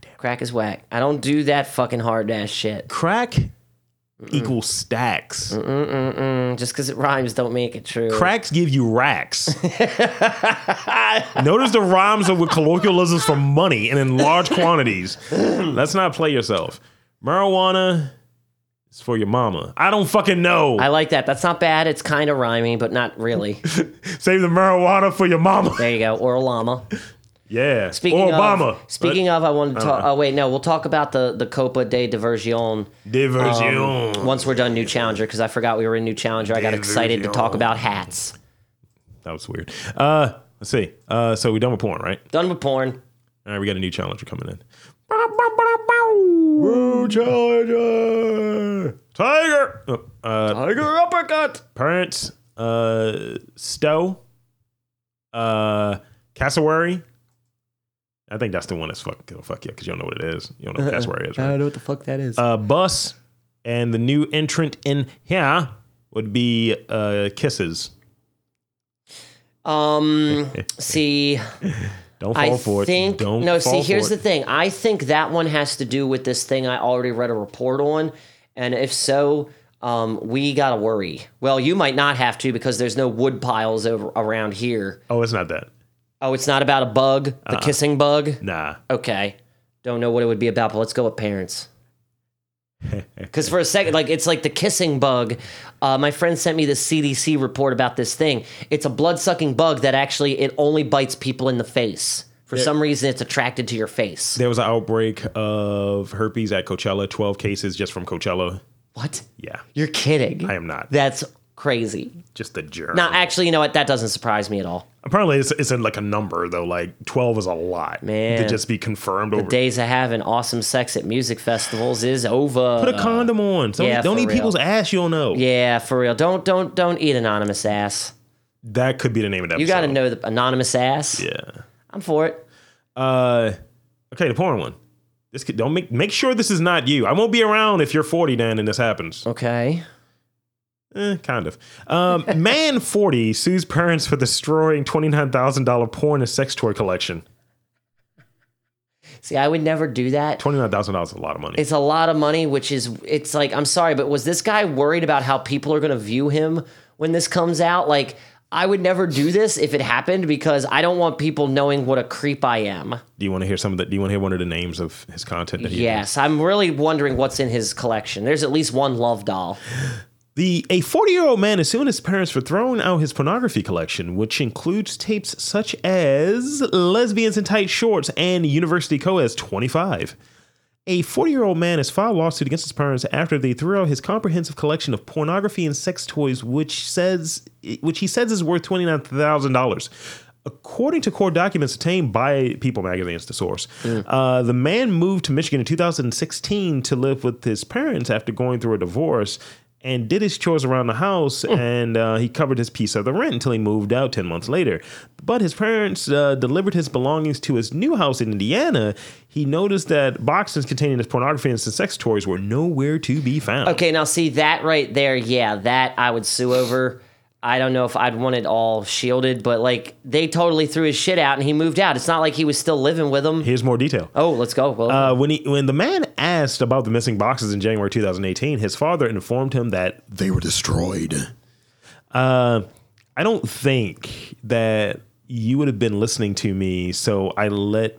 [SPEAKER 2] damn.
[SPEAKER 1] Crack is whack. I don't do that fucking hard ass shit.
[SPEAKER 2] crack equals stacks.
[SPEAKER 1] Mm, Just because it rhymes don't make it true.
[SPEAKER 2] Cracks give you
[SPEAKER 1] (laughs)
[SPEAKER 2] racks. Notice the rhymes are with colloquialisms for money and in
[SPEAKER 1] (laughs)
[SPEAKER 2] large quantities. Let's not play yourself. Marijuana is for your mama. I don't fucking know.
[SPEAKER 1] I like that. That's not bad. It's kind of rhyming, but not really.
[SPEAKER 2] Save the marijuana for
[SPEAKER 1] (laughs)
[SPEAKER 2] your mama.
[SPEAKER 1] There you
[SPEAKER 2] (laughs)
[SPEAKER 1] go. Oral llama.
[SPEAKER 2] Yeah.
[SPEAKER 1] Speaking
[SPEAKER 2] or Obama.
[SPEAKER 1] Of, speaking of, I want to talk. Oh wait, no, we'll talk about the the Copa de Diversion
[SPEAKER 2] diversion.
[SPEAKER 1] once we're done New Challenger because I forgot we were in New Challenger. I got excited to talk
[SPEAKER 2] Diversion.
[SPEAKER 1] about hats.
[SPEAKER 2] that was weird. Uh, let's see. Uh, so we're done with porn, right?
[SPEAKER 1] Done with porn.
[SPEAKER 2] All right, we got a new challenger coming in. New challenger, tiger, Oh, uh,
[SPEAKER 1] Tiger uppercut.
[SPEAKER 2] parents, uh, Stowe, uh, Cassowary. I think that's the one that's fuck, gonna fuck you because you don't know what it is. You
[SPEAKER 1] (laughs)
[SPEAKER 2] don't know what Cassowary is, right?
[SPEAKER 1] know what the fuck that is.
[SPEAKER 2] Uh, bus, and the new entrant in here would be uh, kisses. (laughs)
[SPEAKER 1] um, see,
[SPEAKER 2] Don't fall
[SPEAKER 1] I
[SPEAKER 2] for
[SPEAKER 1] think
[SPEAKER 2] it. Don't
[SPEAKER 1] no. See,
[SPEAKER 2] fall
[SPEAKER 1] here's
[SPEAKER 2] for
[SPEAKER 1] the thing. I think that one has to do with this thing I already read a report on, and if so, um, we gotta worry. Well, you might not have to because there's no wood piles over around here.
[SPEAKER 2] oh, it's not that.
[SPEAKER 1] Oh, it's not about a bug, the
[SPEAKER 2] Uh-uh.
[SPEAKER 1] kissing bug.
[SPEAKER 2] Nah. (laughs)
[SPEAKER 1] Okay, don't know what it would be about, but let's go with parents. Because for a second, like it's like the kissing bug. Uh, my friend sent me the CDC report about this thing. It's a blood sucking bug that actually it only bites people in the face. For some reason, it's attracted to your face.
[SPEAKER 2] There was an outbreak of herpes at Coachella. Twelve cases just from Coachella.
[SPEAKER 1] what?
[SPEAKER 2] Yeah,
[SPEAKER 1] You're kidding?
[SPEAKER 2] I am not.
[SPEAKER 1] That's crazy.
[SPEAKER 2] just the germ.
[SPEAKER 1] Now, actually, you know what? That doesn't surprise me at all.
[SPEAKER 2] Apparently, it's, it's in like a number though. Like twelve is a lot
[SPEAKER 1] Man.
[SPEAKER 2] to just be confirmed over.
[SPEAKER 1] Days of having awesome sex at music festivals is over.
[SPEAKER 2] Put a condom on. Don't,
[SPEAKER 1] yeah,
[SPEAKER 2] don't
[SPEAKER 1] for
[SPEAKER 2] eat
[SPEAKER 1] real.
[SPEAKER 2] people's ass. You'll know.
[SPEAKER 1] yeah, for real. Don't don't don't eat anonymous ass.
[SPEAKER 2] That could be the name of that.
[SPEAKER 1] You got to know the anonymous ass.
[SPEAKER 2] Yeah.
[SPEAKER 1] I'm for it.
[SPEAKER 2] Uh, okay, the porn one. This could, don't make make sure this is not you. I won't be around if you're 40, Dan, and this happens.
[SPEAKER 1] Okay.
[SPEAKER 2] Eh, kind of.
[SPEAKER 1] (laughs)
[SPEAKER 2] Um, man 40 sues parents for destroying $29,000 porn and sex toy collection.
[SPEAKER 1] See, I would never do that.
[SPEAKER 2] $29,000 is a lot of money.
[SPEAKER 1] It's a lot of money, which is it's like I'm sorry, but was this guy worried about how people are going to view him when this comes out? Like I would never do this if it happened because I don't want people knowing what a creep I am.
[SPEAKER 2] do you want to hear some of the, do you want to hear one of the names of his content that he
[SPEAKER 1] Yes, I'm really wondering what's in his collection. There's at least one love doll.
[SPEAKER 2] The a 40-year-old man suing his parents for throwing out his pornography collection, which includes tapes such as Lesbians in Tight Shorts and University Coeds 25. A 40-year-old man has filed a lawsuit against his parents after they threw out his comprehensive collection of pornography and sex toys, which says which he says is worth $29,000. According to court documents obtained by People magazine, is the source, uh, the man moved to Michigan in 2016 to live with his parents after going through a divorce and did his chores around the house and uh, he covered his piece of the rent until he moved out 10 months later but his parents uh, delivered his belongings to his new house in indiana he noticed that boxes containing his pornography and some sex toys were nowhere to be found
[SPEAKER 1] Okay, now see that right there. Yeah, that I would sue over. I don't know if I'd want it all shielded, but like they totally threw his shit out and he moved out. It's not like he was still living with them.
[SPEAKER 2] here's more detail
[SPEAKER 1] Oh, let's go. Well,
[SPEAKER 2] Uh, when he when the man asked about the missing boxes in January 2018, his father informed him that they were destroyed. Uh, I don't think that you would have been listening to me, so I let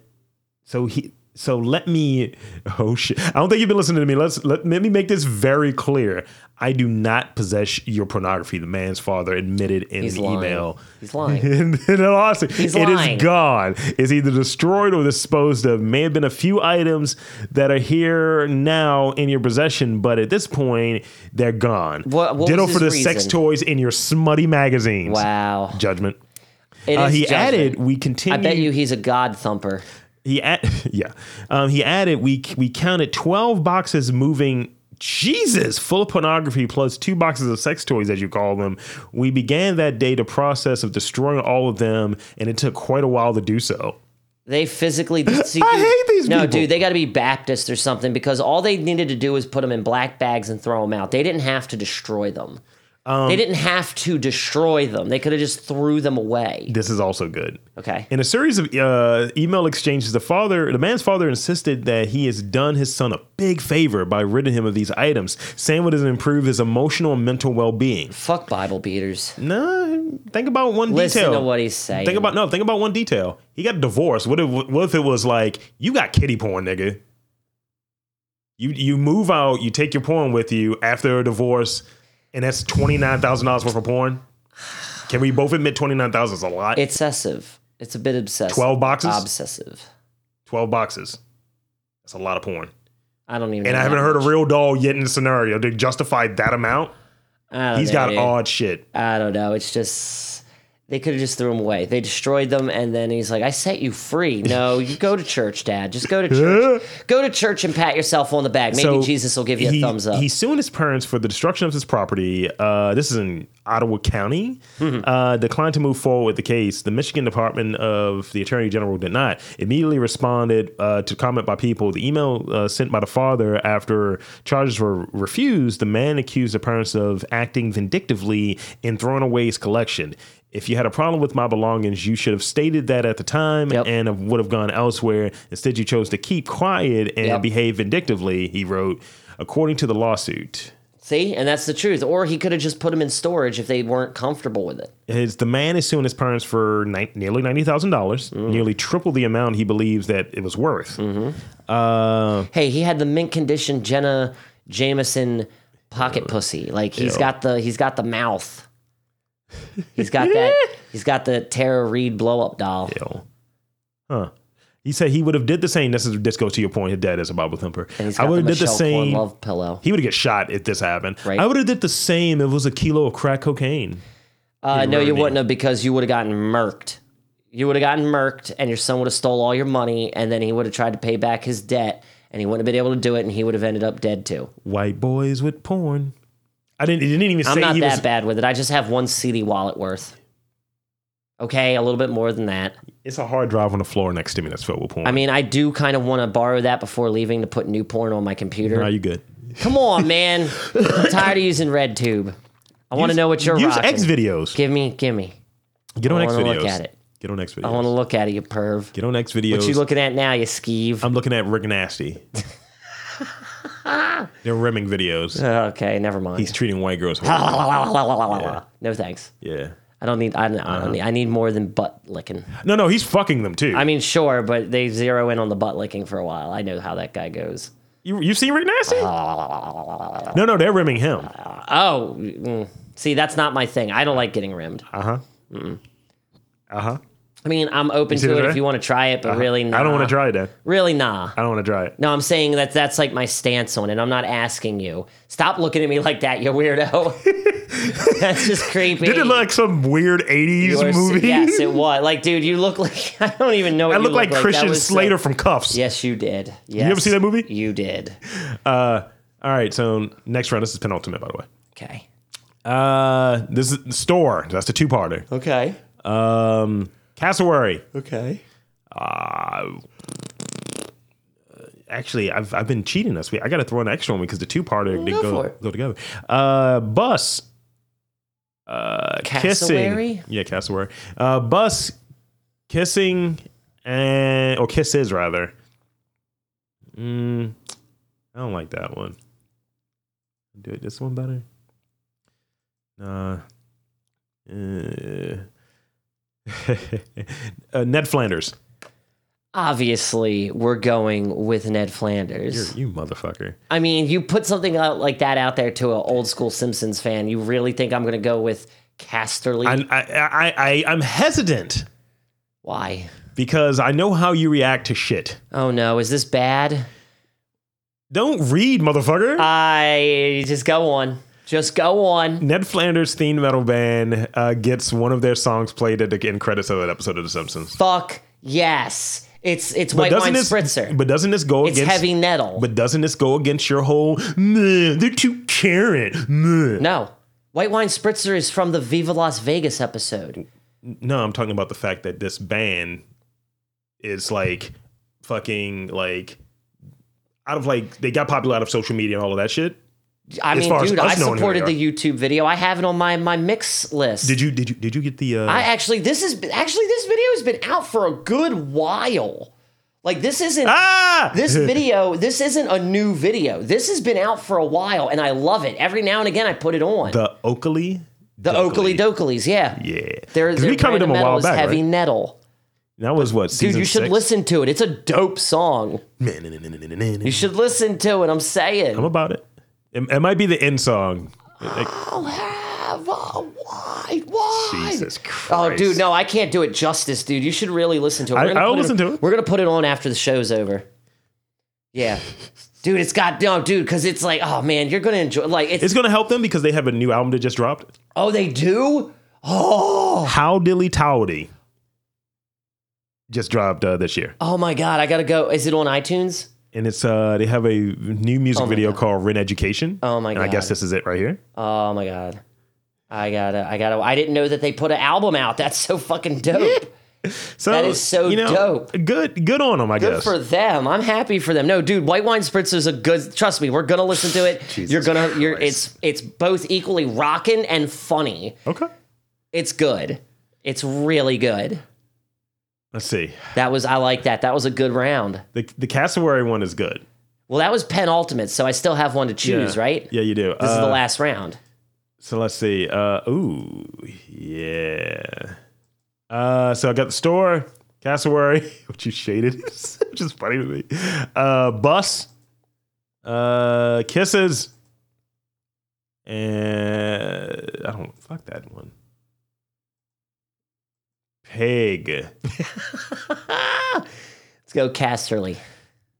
[SPEAKER 2] so he so let me (laughs) oh shit. I don't think you've been listening to me. Let's let, let me make this very clear. I do not possess your pornography. The man's father admitted in
[SPEAKER 1] he's
[SPEAKER 2] the
[SPEAKER 1] lying.
[SPEAKER 2] email.
[SPEAKER 1] He's
[SPEAKER 2] (laughs)
[SPEAKER 1] lying.
[SPEAKER 2] In, in all honesty, it is
[SPEAKER 1] lying.
[SPEAKER 2] gone. It's either destroyed or disposed of. May have been a few items that are here now in your possession, but at this point, they're gone.
[SPEAKER 1] What- what
[SPEAKER 2] Ditto
[SPEAKER 1] was
[SPEAKER 2] for the
[SPEAKER 1] his
[SPEAKER 2] sex
[SPEAKER 1] reason?
[SPEAKER 2] toys in your smutty magazines.
[SPEAKER 1] wow.
[SPEAKER 2] Judgment.
[SPEAKER 1] It
[SPEAKER 2] Uh,
[SPEAKER 1] is
[SPEAKER 2] he
[SPEAKER 1] judgment.
[SPEAKER 2] added, "We
[SPEAKER 1] I
[SPEAKER 2] continue."
[SPEAKER 1] bet you he's a god thumper.
[SPEAKER 2] He add, (laughs) yeah. Um, he added, "We we counted twelve boxes moving." Jesus, full of pornography plus two boxes of sex toys, as you call them. We began that day the process of destroying all of them, and it took quite a while to do so.
[SPEAKER 1] They physically. see,
[SPEAKER 2] (laughs) I
[SPEAKER 1] dude-
[SPEAKER 2] hate these
[SPEAKER 1] No,
[SPEAKER 2] people.
[SPEAKER 1] dude, they got to be Baptist or something because all they needed to do was put them in black bags and throw them out. They didn't have to destroy them.
[SPEAKER 2] Um,
[SPEAKER 1] they didn't have to destroy them. They could have just threw them away.
[SPEAKER 2] This is also good.
[SPEAKER 1] Okay.
[SPEAKER 2] In a series of uh, email exchanges, the father, the man's father, insisted that he has done his son a big favor by ridding him of these items, saying it has improved his emotional and mental well-being.
[SPEAKER 1] Fuck Bible beaters.
[SPEAKER 2] No, think about one
[SPEAKER 1] Listen
[SPEAKER 2] detail.
[SPEAKER 1] to what he's saying.
[SPEAKER 2] Think about no. Think about one detail. He got divorced. What if what if it was like you got kitty porn, nigga? You you move out. You take your porn with you after a divorce, and that's twenty nine thousand dollars worth of porn. Can we both admit twenty nine thousand is a lot?
[SPEAKER 1] It's obsessive. It's a bit obsessive.
[SPEAKER 2] 12 boxes?
[SPEAKER 1] Obsessive.
[SPEAKER 2] Twelve boxes. That's a lot of porn.
[SPEAKER 1] I don't even.
[SPEAKER 2] And
[SPEAKER 1] know
[SPEAKER 2] I haven't heard a real doll yet in the scenario to justify that amount.
[SPEAKER 1] I don't
[SPEAKER 2] He's
[SPEAKER 1] know,
[SPEAKER 2] got
[SPEAKER 1] dude.
[SPEAKER 2] odd shit.
[SPEAKER 1] I don't know. It's just they could have just threw him away. They destroyed them, and then he's like, "I set you free." No, you go to church, Dad. Just
[SPEAKER 2] (laughs)
[SPEAKER 1] go to church. go to church and pat yourself on the back. Maybe
[SPEAKER 2] So
[SPEAKER 1] Jesus will give you a
[SPEAKER 2] he-
[SPEAKER 1] thumbs up.
[SPEAKER 2] He's suing his parents for the destruction of his property. Uh, this is in Ottawa County.
[SPEAKER 1] Mm-hmm.
[SPEAKER 2] Uh, declined to move forward with the case. The Michigan Department of the Attorney General did not immediately responded uh, to comment by people. The email uh, sent by the father after charges were refused. The man accused the parents of acting vindictively in throwing away his collection. If you had a problem with my belongings, you should have stated that at the time
[SPEAKER 1] Yep.
[SPEAKER 2] and have- would have gone elsewhere. Instead, you chose to keep quiet and
[SPEAKER 1] Yep.
[SPEAKER 2] behave behave vindictively, he wrote, according to the lawsuit.
[SPEAKER 1] See, and that's the truth. Or he could have just put him in storage if they weren't comfortable with it.
[SPEAKER 2] His, the man is suing his parents for ni- nearly ninety thousand dollars,
[SPEAKER 1] Mm-hmm.
[SPEAKER 2] nearly triple the amount he believes that it was worth. Uh,
[SPEAKER 1] Hey, he had the mint condition Jenna Jameson pocket pussy. Like he's got the he's got the mouth. He's got that.
[SPEAKER 2] (laughs)
[SPEAKER 1] He's got the Tara Reed blow up doll.
[SPEAKER 2] Ew. Huh. He said he would have did the same. This is this goes to your point. His dad is a Bible thumper.
[SPEAKER 1] And he's
[SPEAKER 2] I
[SPEAKER 1] got
[SPEAKER 2] would
[SPEAKER 1] the
[SPEAKER 2] have did the
[SPEAKER 1] Michelle Korn
[SPEAKER 2] same.
[SPEAKER 1] love pillow.
[SPEAKER 2] He would have get shot if this happened.
[SPEAKER 1] Right.
[SPEAKER 2] I would have did the same if it was a kilo of crack cocaine.
[SPEAKER 1] Uh, no, you
[SPEAKER 2] ruined it.
[SPEAKER 1] wouldn't have because you would have gotten murked. You would have gotten murked, and your son would have stole all your money, and then he would have tried to pay back his debt, and he wouldn't have been able to do it, and he would have ended up dead too.
[SPEAKER 2] White boys with porn. I didn't. It didn't even
[SPEAKER 1] I'm
[SPEAKER 2] say
[SPEAKER 1] not
[SPEAKER 2] he
[SPEAKER 1] that
[SPEAKER 2] was.
[SPEAKER 1] bad with it. I just have one CD wallet worth. Okay, a little bit more than that.
[SPEAKER 2] It's a hard drive on the floor next to me that's filled with porn.
[SPEAKER 1] I mean, I do kind of want to borrow that before leaving to put new porn on my computer.
[SPEAKER 2] are you good?
[SPEAKER 1] Come on, man. I'm tired of using RedTube. I want to know what you're
[SPEAKER 2] Use
[SPEAKER 1] rocking.
[SPEAKER 2] X videos.
[SPEAKER 1] Give me, give me.
[SPEAKER 2] Get on
[SPEAKER 1] I
[SPEAKER 2] X
[SPEAKER 1] wanna
[SPEAKER 2] videos.
[SPEAKER 1] look at it.
[SPEAKER 2] Get on X
[SPEAKER 1] I want to
[SPEAKER 2] videos.
[SPEAKER 1] look at it, you perv.
[SPEAKER 2] Get on X videos.
[SPEAKER 1] What you looking at now, you skeeve?
[SPEAKER 2] I'm looking at Rick Nasty. They're rimming videos.
[SPEAKER 1] Okay, never mind.
[SPEAKER 2] He's treating white girls. horrible.
[SPEAKER 1] (laughs) No thanks.
[SPEAKER 2] yeah.
[SPEAKER 1] I don't need. I don't,
[SPEAKER 2] Uh-huh.
[SPEAKER 1] I don't need. I need more than butt licking.
[SPEAKER 2] No, no, he's fucking them too.
[SPEAKER 1] I mean, sure, but they zero in on the butt licking for a while. I know how that guy goes.
[SPEAKER 2] you, you've seen Rick Nasty? no, no, they're rimming him.
[SPEAKER 1] Oh, mm. see, that's not my thing. I don't like getting rimmed.
[SPEAKER 2] Uh huh. Uh huh.
[SPEAKER 1] I mean, I'm open
[SPEAKER 2] see
[SPEAKER 1] to
[SPEAKER 2] the
[SPEAKER 1] it if
[SPEAKER 2] tray?
[SPEAKER 1] you want to try it, but really, nah.
[SPEAKER 2] Uh-huh. I don't want to try it, Dad.
[SPEAKER 1] Really, nah.
[SPEAKER 2] I don't want to try it.
[SPEAKER 1] No, I'm saying that that's like my stance on it. I'm not asking you. Stop looking at me like that, you
[SPEAKER 2] (laughs)
[SPEAKER 1] weirdo. that's just creepy.
[SPEAKER 2] Did it look like some weird 80s
[SPEAKER 1] You are-
[SPEAKER 2] movie?
[SPEAKER 1] Yes,
[SPEAKER 2] (laughs)
[SPEAKER 1] it was. Like, dude, you look like (laughs) I don't even know. What
[SPEAKER 2] I
[SPEAKER 1] you
[SPEAKER 2] look like
[SPEAKER 1] That
[SPEAKER 2] Christian
[SPEAKER 1] was uh, so-
[SPEAKER 2] Slater from Cuffs.
[SPEAKER 1] Yes, you did. Yes.
[SPEAKER 2] ever see that movie?
[SPEAKER 1] You did.
[SPEAKER 2] Uh, all right, so next round. This is penultimate, by the way.
[SPEAKER 1] Okay.
[SPEAKER 2] Uh, this is Store. That's the two parter.
[SPEAKER 1] Okay.
[SPEAKER 2] Um, Cassowary.
[SPEAKER 1] Okay.
[SPEAKER 2] Uh, Actually, I've, I've been cheating this week. I got to throw an extra one because the two parter did
[SPEAKER 1] go
[SPEAKER 2] go,
[SPEAKER 1] for it.
[SPEAKER 2] go together. Uh, bus. Uh,
[SPEAKER 1] Cassowary?
[SPEAKER 2] Kissing. Yeah, Cassowary. Uh, bus kissing and or kisses rather. Mm, I don't like that one. Do it this one better. Nah. Uh, (laughs) uh, Ned Flanders.
[SPEAKER 1] Obviously, we're going with Ned
[SPEAKER 2] You're,
[SPEAKER 1] Flanders.
[SPEAKER 2] you motherfucker.
[SPEAKER 1] I mean, you put something out like that out there to an old school Simpsons fan. You really think I'm going to go with Casterly?
[SPEAKER 2] I, I, I, I, I'm hesitant
[SPEAKER 1] Why?
[SPEAKER 2] because I know how you react to shit.
[SPEAKER 1] Oh no, is this bad?
[SPEAKER 2] Don't read, motherfucker.
[SPEAKER 1] Uh, I just go on. Just go on.
[SPEAKER 2] Ned Flanders' theme metal band uh, gets one of their songs played at the end credits of that episode of The Simpsons.
[SPEAKER 1] Fuck yes. It's it's white wine
[SPEAKER 2] this,
[SPEAKER 1] spritzer.
[SPEAKER 2] But doesn't this go
[SPEAKER 1] it's
[SPEAKER 2] against?
[SPEAKER 1] heavy nettle.
[SPEAKER 2] But doesn't this go against your whole? "Meh, They're too caring. meh."
[SPEAKER 1] No. White Wine Spritzer is from the Viva Las Vegas episode.
[SPEAKER 2] No, I'm talking about the fact that this band is like fucking like out of like they got popular out of social media and all of that shit.
[SPEAKER 1] I
[SPEAKER 2] As
[SPEAKER 1] mean,
[SPEAKER 2] far as
[SPEAKER 1] dude,
[SPEAKER 2] us
[SPEAKER 1] I
[SPEAKER 2] knowing who
[SPEAKER 1] supported
[SPEAKER 2] they
[SPEAKER 1] the YouTube video. I have it on my my mix list.
[SPEAKER 2] Did you did you did you get the? Uh,
[SPEAKER 1] I actually this is actually this video has been out for a good while. Like this isn't
[SPEAKER 2] ah (laughs)
[SPEAKER 1] this video, this isn't a new video. This has been out for a while and I love it. Every now and again I put it on. The,
[SPEAKER 2] the Oakley.
[SPEAKER 1] Oakley Dokleys, yeah.
[SPEAKER 2] Yeah,
[SPEAKER 1] Their,
[SPEAKER 2] 'Cause
[SPEAKER 1] their
[SPEAKER 2] we covered
[SPEAKER 1] brand of
[SPEAKER 2] them a
[SPEAKER 1] metal
[SPEAKER 2] while
[SPEAKER 1] is
[SPEAKER 2] back.
[SPEAKER 1] heavy
[SPEAKER 2] right?
[SPEAKER 1] nettle.
[SPEAKER 2] That was what
[SPEAKER 1] Dude,
[SPEAKER 2] season
[SPEAKER 1] you should
[SPEAKER 2] six?
[SPEAKER 1] listen to it. It's a dope song. You
[SPEAKER 2] You
[SPEAKER 1] should listen to it, I'm saying.
[SPEAKER 2] I'm about it. it. It might be the end song.
[SPEAKER 1] I'll have a wide, wide.
[SPEAKER 2] Jesus Christ.
[SPEAKER 1] Oh, dude, no, I can't do it justice, dude. You should really listen to it.
[SPEAKER 2] I-
[SPEAKER 1] gonna
[SPEAKER 2] I'll
[SPEAKER 1] put
[SPEAKER 2] listen
[SPEAKER 1] on-
[SPEAKER 2] to it.
[SPEAKER 1] We're gonna put it on after the show's over. Yeah, dude, it's got no, dude, because it's like, oh man, you're gonna enjoy. Like, it's,
[SPEAKER 2] It's going to help them because they have a new album that just dropped.
[SPEAKER 1] oh, they do. Oh,
[SPEAKER 2] How Dilly Towdy just dropped uh, this year.
[SPEAKER 1] oh my God, I gotta go. Is it on iTunes?
[SPEAKER 2] And it's uh they have a new music
[SPEAKER 1] Oh my
[SPEAKER 2] video
[SPEAKER 1] God.
[SPEAKER 2] called Ren Education.
[SPEAKER 1] Oh my
[SPEAKER 2] and I guess
[SPEAKER 1] God.
[SPEAKER 2] this is it right here.
[SPEAKER 1] Oh my God, I gotta, I gotta. I didn't know that they put an album out. That's so fucking dope.
[SPEAKER 2] So
[SPEAKER 1] That is so
[SPEAKER 2] you know,
[SPEAKER 1] dope.
[SPEAKER 2] Good good on them, I
[SPEAKER 1] Good
[SPEAKER 2] guess.
[SPEAKER 1] for them. I'm happy for them. No, dude, White Wine Spritzer is a good. Trust me, we're gonna listen to it.
[SPEAKER 2] Jesus
[SPEAKER 1] you're gonna. You're.
[SPEAKER 2] Christ.
[SPEAKER 1] It's. It's both equally rocking and funny.
[SPEAKER 2] okay.
[SPEAKER 1] It's good. It's really good.
[SPEAKER 2] Let's see.
[SPEAKER 1] That was. I like that. That was a good round.
[SPEAKER 2] The the Cassowary one is good.
[SPEAKER 1] Well, that was penultimate, so I still have one to choose.
[SPEAKER 2] Yeah.
[SPEAKER 1] Right.
[SPEAKER 2] Yeah, you do. Uh,
[SPEAKER 1] This is the last round.
[SPEAKER 2] So let's see. Uh, ooh, yeah. Uh, so I got the store, (laughs) Cassowary, which you shaded, which is funny to me. Uh, bus, Uh, kisses. And I don't fuck that one. Pig.
[SPEAKER 1] Let's go Casterly.